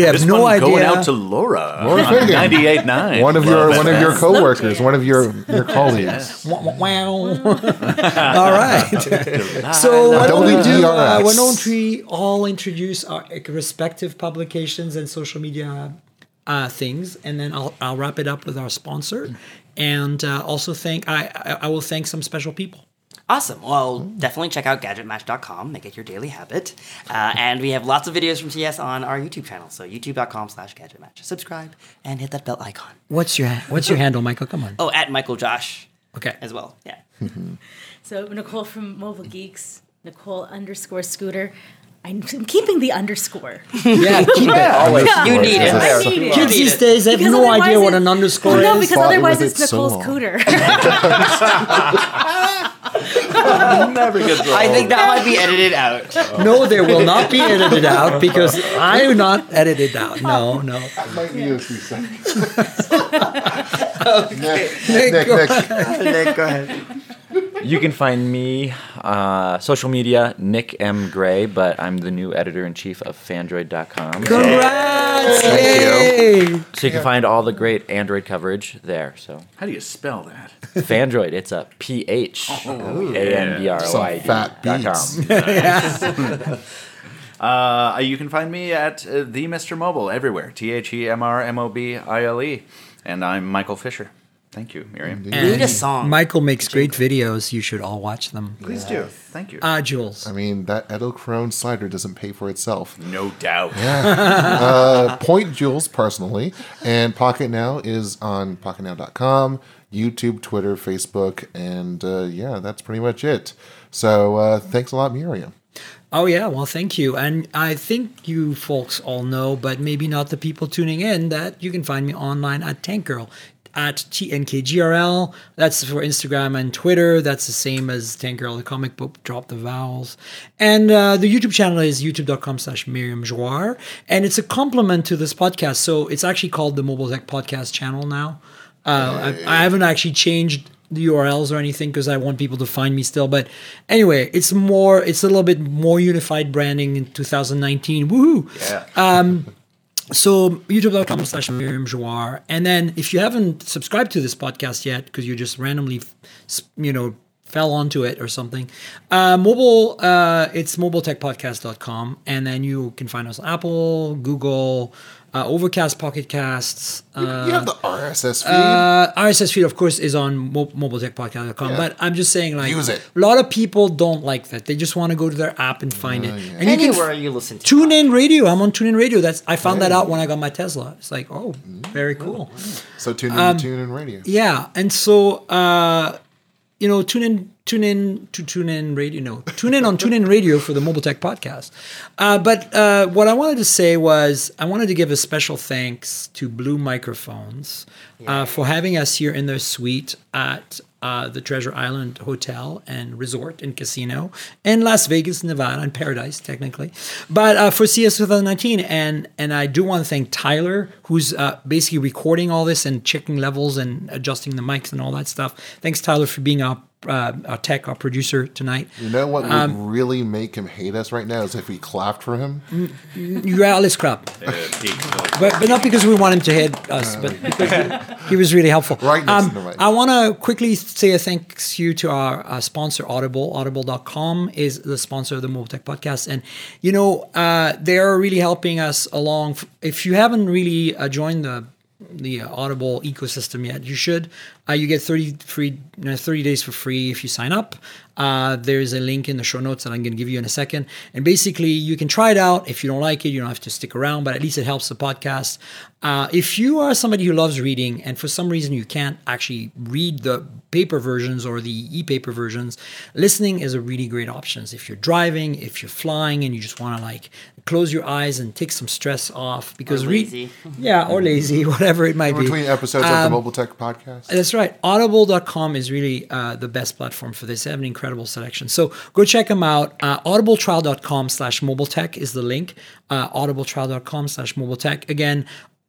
B: have
G: this
B: no
G: one
B: idea.
G: going out to Laura,
E: Laura
G: on
E: Fagan.
G: 98.9
E: One of your
G: Love
E: one of
G: FM.
E: your coworkers, one of your your colleagues.
B: Wah, wah, wow. all right. so why don't, we do, uh,
E: WDRX.
B: why don't we all introduce our respective publications and social media uh, things, and then I'll, I'll wrap it up with our sponsor, and uh, also thank I, I I will thank some special people.
C: Awesome. Well, definitely check out gadgetmatch.com. Make it your daily habit. Uh, and we have lots of videos from CS on our YouTube channel. So youtube.com slash gadgetmatch. Subscribe and hit that bell icon.
B: What's your What's your handle, Michael? Come on.
C: Oh, at Michael Josh
B: Okay.
C: as well. Yeah.
D: So Nicole from Mobile Geeks, Nicole underscore Scooter. I'm keeping the underscore.
B: Yeah, keep it.
F: Always.
C: You need it.
D: I need it.
B: Kids these days have
D: Because
B: no
D: otherwise
B: idea what
D: it-
B: an underscore
D: No,
B: is.
D: because
E: Fought
D: otherwise
E: with
D: it's
E: it so
D: Nicole
E: long.
D: Scooter.
G: Never gets
C: I
G: old.
C: think that might be edited out.
B: No, they will not be edited out because I do not edit it out. No, no.
E: Might be a few seconds. Nick, Nick, Nick.
F: You can find me uh, social media Nick M Gray, but I'm the new editor in chief of Fandroid.com.
B: Congrats!
E: Thank
B: Yay!
F: So you can find all the great Android coverage there. So
G: How do you spell that?
F: Fandroid, it's a P H A N D R O I D
E: Some fat
F: dot
E: beats.
F: com.
G: Uh, you can find me at uh, the Mr. Mobile everywhere. T H E M R M O B I L E, and I'm Michael Fisher. Thank you, Miriam.
C: We need a song.
B: Michael makes great videos. You should all watch them.
G: Please do. Thank you.
F: Uh,
B: Ah, Jules.
E: I mean, that Edelkrone slider doesn't pay for itself. Uh,
G: no doubt.
E: Point Jules personally, and Pocket Now is on pocketnow.com, YouTube, Twitter, Facebook, and uh, yeah, that's pretty much it. So uh, thanks a lot, Miriam.
B: Oh, yeah. Well, thank you. And I think you folks all know, but maybe not the people tuning in, that you can find me online at Tank Girl. at TNKGRL. That's for Instagram and Twitter. That's the same as Tank Girl, the comic book, Drop the Vowels. And uh, the YouTube channel is youtube.com slash Miriam Jouar. And it's a complement to this podcast. So it's actually called the Mobile Tech Podcast channel now. Uh, I, I haven't actually changed the URLs or anything because I want people to find me still. But anyway, it's more, it's a little bit more unified branding in 2019. Woohoo! Um,
G: Yeah.
B: So youtube.com slash Miriam Jouar. And then if you haven't subscribed to this podcast yet, because you just randomly, s- you know, fell onto it or something, uh, mobile, uh, it's mobiletechpodcast.com. And then you can find us on Apple, Google, uh, Overcast, Pocket Casts.
E: you have the RSS feed.
B: Uh, RSS feed, of course, is on mo- mobiletechpodcast.com.
E: Yeah.
B: But I'm just saying, like,
E: Use it.
B: a lot of people don't like that. They just want to go to their app and find
E: Oh,
B: it. And you can
C: Anywhere you listen to
B: tune in radio. I'm on tune in radio. That's I found that out when I got my Tesla. It's like, oh,
E: Mm-hmm.
B: very cool.
E: so tune in to tune in radio.
B: Yeah, and so uh, you know, tune in, tune in to tune in radio. No, tune in on tune in radio for the Mobile Tech Podcast. Uh, but uh, what I wanted to say was, I wanted to give a special thanks to Blue Microphones uh, for having us here in their suite at. Uh, the Treasure Island Hotel and Resort and Casino in Las Vegas, Nevada, and Paradise, technically, but uh, for CS 2019, and and I do want to thank Tyler, who's uh, basically recording all this and checking levels and adjusting the mics and all that stuff. Thanks, Tyler, for being our uh, our tech, our producer tonight.
E: You know what would really make him hate us right now is if we clapped for him.
B: You got all this crap,
G: Uh, peak.
B: but, but not because we want him to hate us, but because he, he was really helpful. Um,
E: Right next to the mic.
B: I want to quickly say a thanks you to our uh, sponsor, Audible. Audible.com is the sponsor of the Mobile Tech Podcast. And, you know, uh, they're really helping us along. If you haven't really uh, joined the the uh, Audible ecosystem yet, you should. Uh, you get 30 free, you know, 30 days for free if you sign up. Uh, there's a link in the show notes that I'm going to give you in a second. And basically, you can try it out. If you don't like it, you don't have to stick around, but at least it helps the podcast. Uh, if you are somebody who loves reading and for some reason you can't actually read the paper versions or the e-paper versions, listening is a really great option. If you're driving, if you're flying, and you just want to like close your eyes and take some stress off because read,
C: lazy.
B: yeah, or lazy, whatever it might be.
E: Between episodes of the Mobile Tech Podcast.
B: That's right. Audible.com is really uh, the best platform for this. They have an incredible selection. So go check them out. Uh, audibletrial.com slash mobile tech is the link. Uh, audibletrial.com slash mobile tech. Again,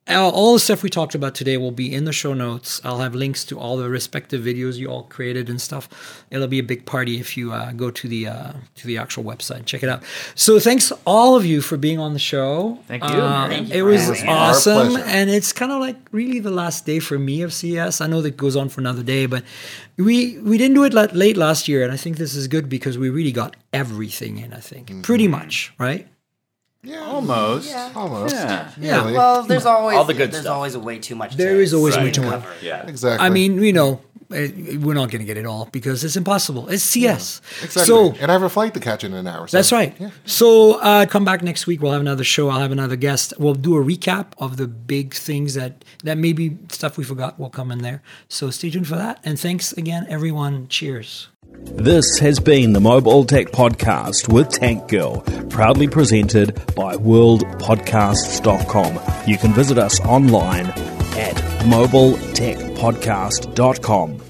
B: all all the stuff we talked about today will be in the show notes. I'll have links to all the respective videos you all created and stuff. It'll be a big party if you uh, go to the uh, to the actual website. Check it out. So thanks all of you for being on the show.
F: Thank you.
G: Uh,
B: Um,
F: Thank
B: it was
E: having us. Our
B: awesome,
E: pleasure.
B: and it's kind of like really the last day for me of CES. I know that goes on for another day, but we we didn't do it la- late last year, and I think this is good because we really got everything in. I think
E: Mm-hmm.
B: pretty much, right?
G: Almost.
E: Almost.
G: Yeah.
E: Really.
C: Well, there's always
F: All the good
C: there's
F: stuff.
C: always a way too much.
B: There
C: to
B: is always way
G: Right.
B: too much.
G: Yeah.
E: exactly.
B: I mean, you know, eh, we're not going to get it all because it's impossible. It's CS.
E: exactly.
B: So
E: and I have a flight to catch in an hour. So
B: That's right. So uh, come back next week. We'll have another show. I'll have another guest. We'll do a recap of the big things that that maybe stuff we forgot will come in there. So stay tuned for that. And thanks again, everyone. Cheers.
A: This has been the Mobile Tech Podcast with Tank Girl, proudly presented by worldpodcasts.com. You can visit us online at mobiletechpodcast.com.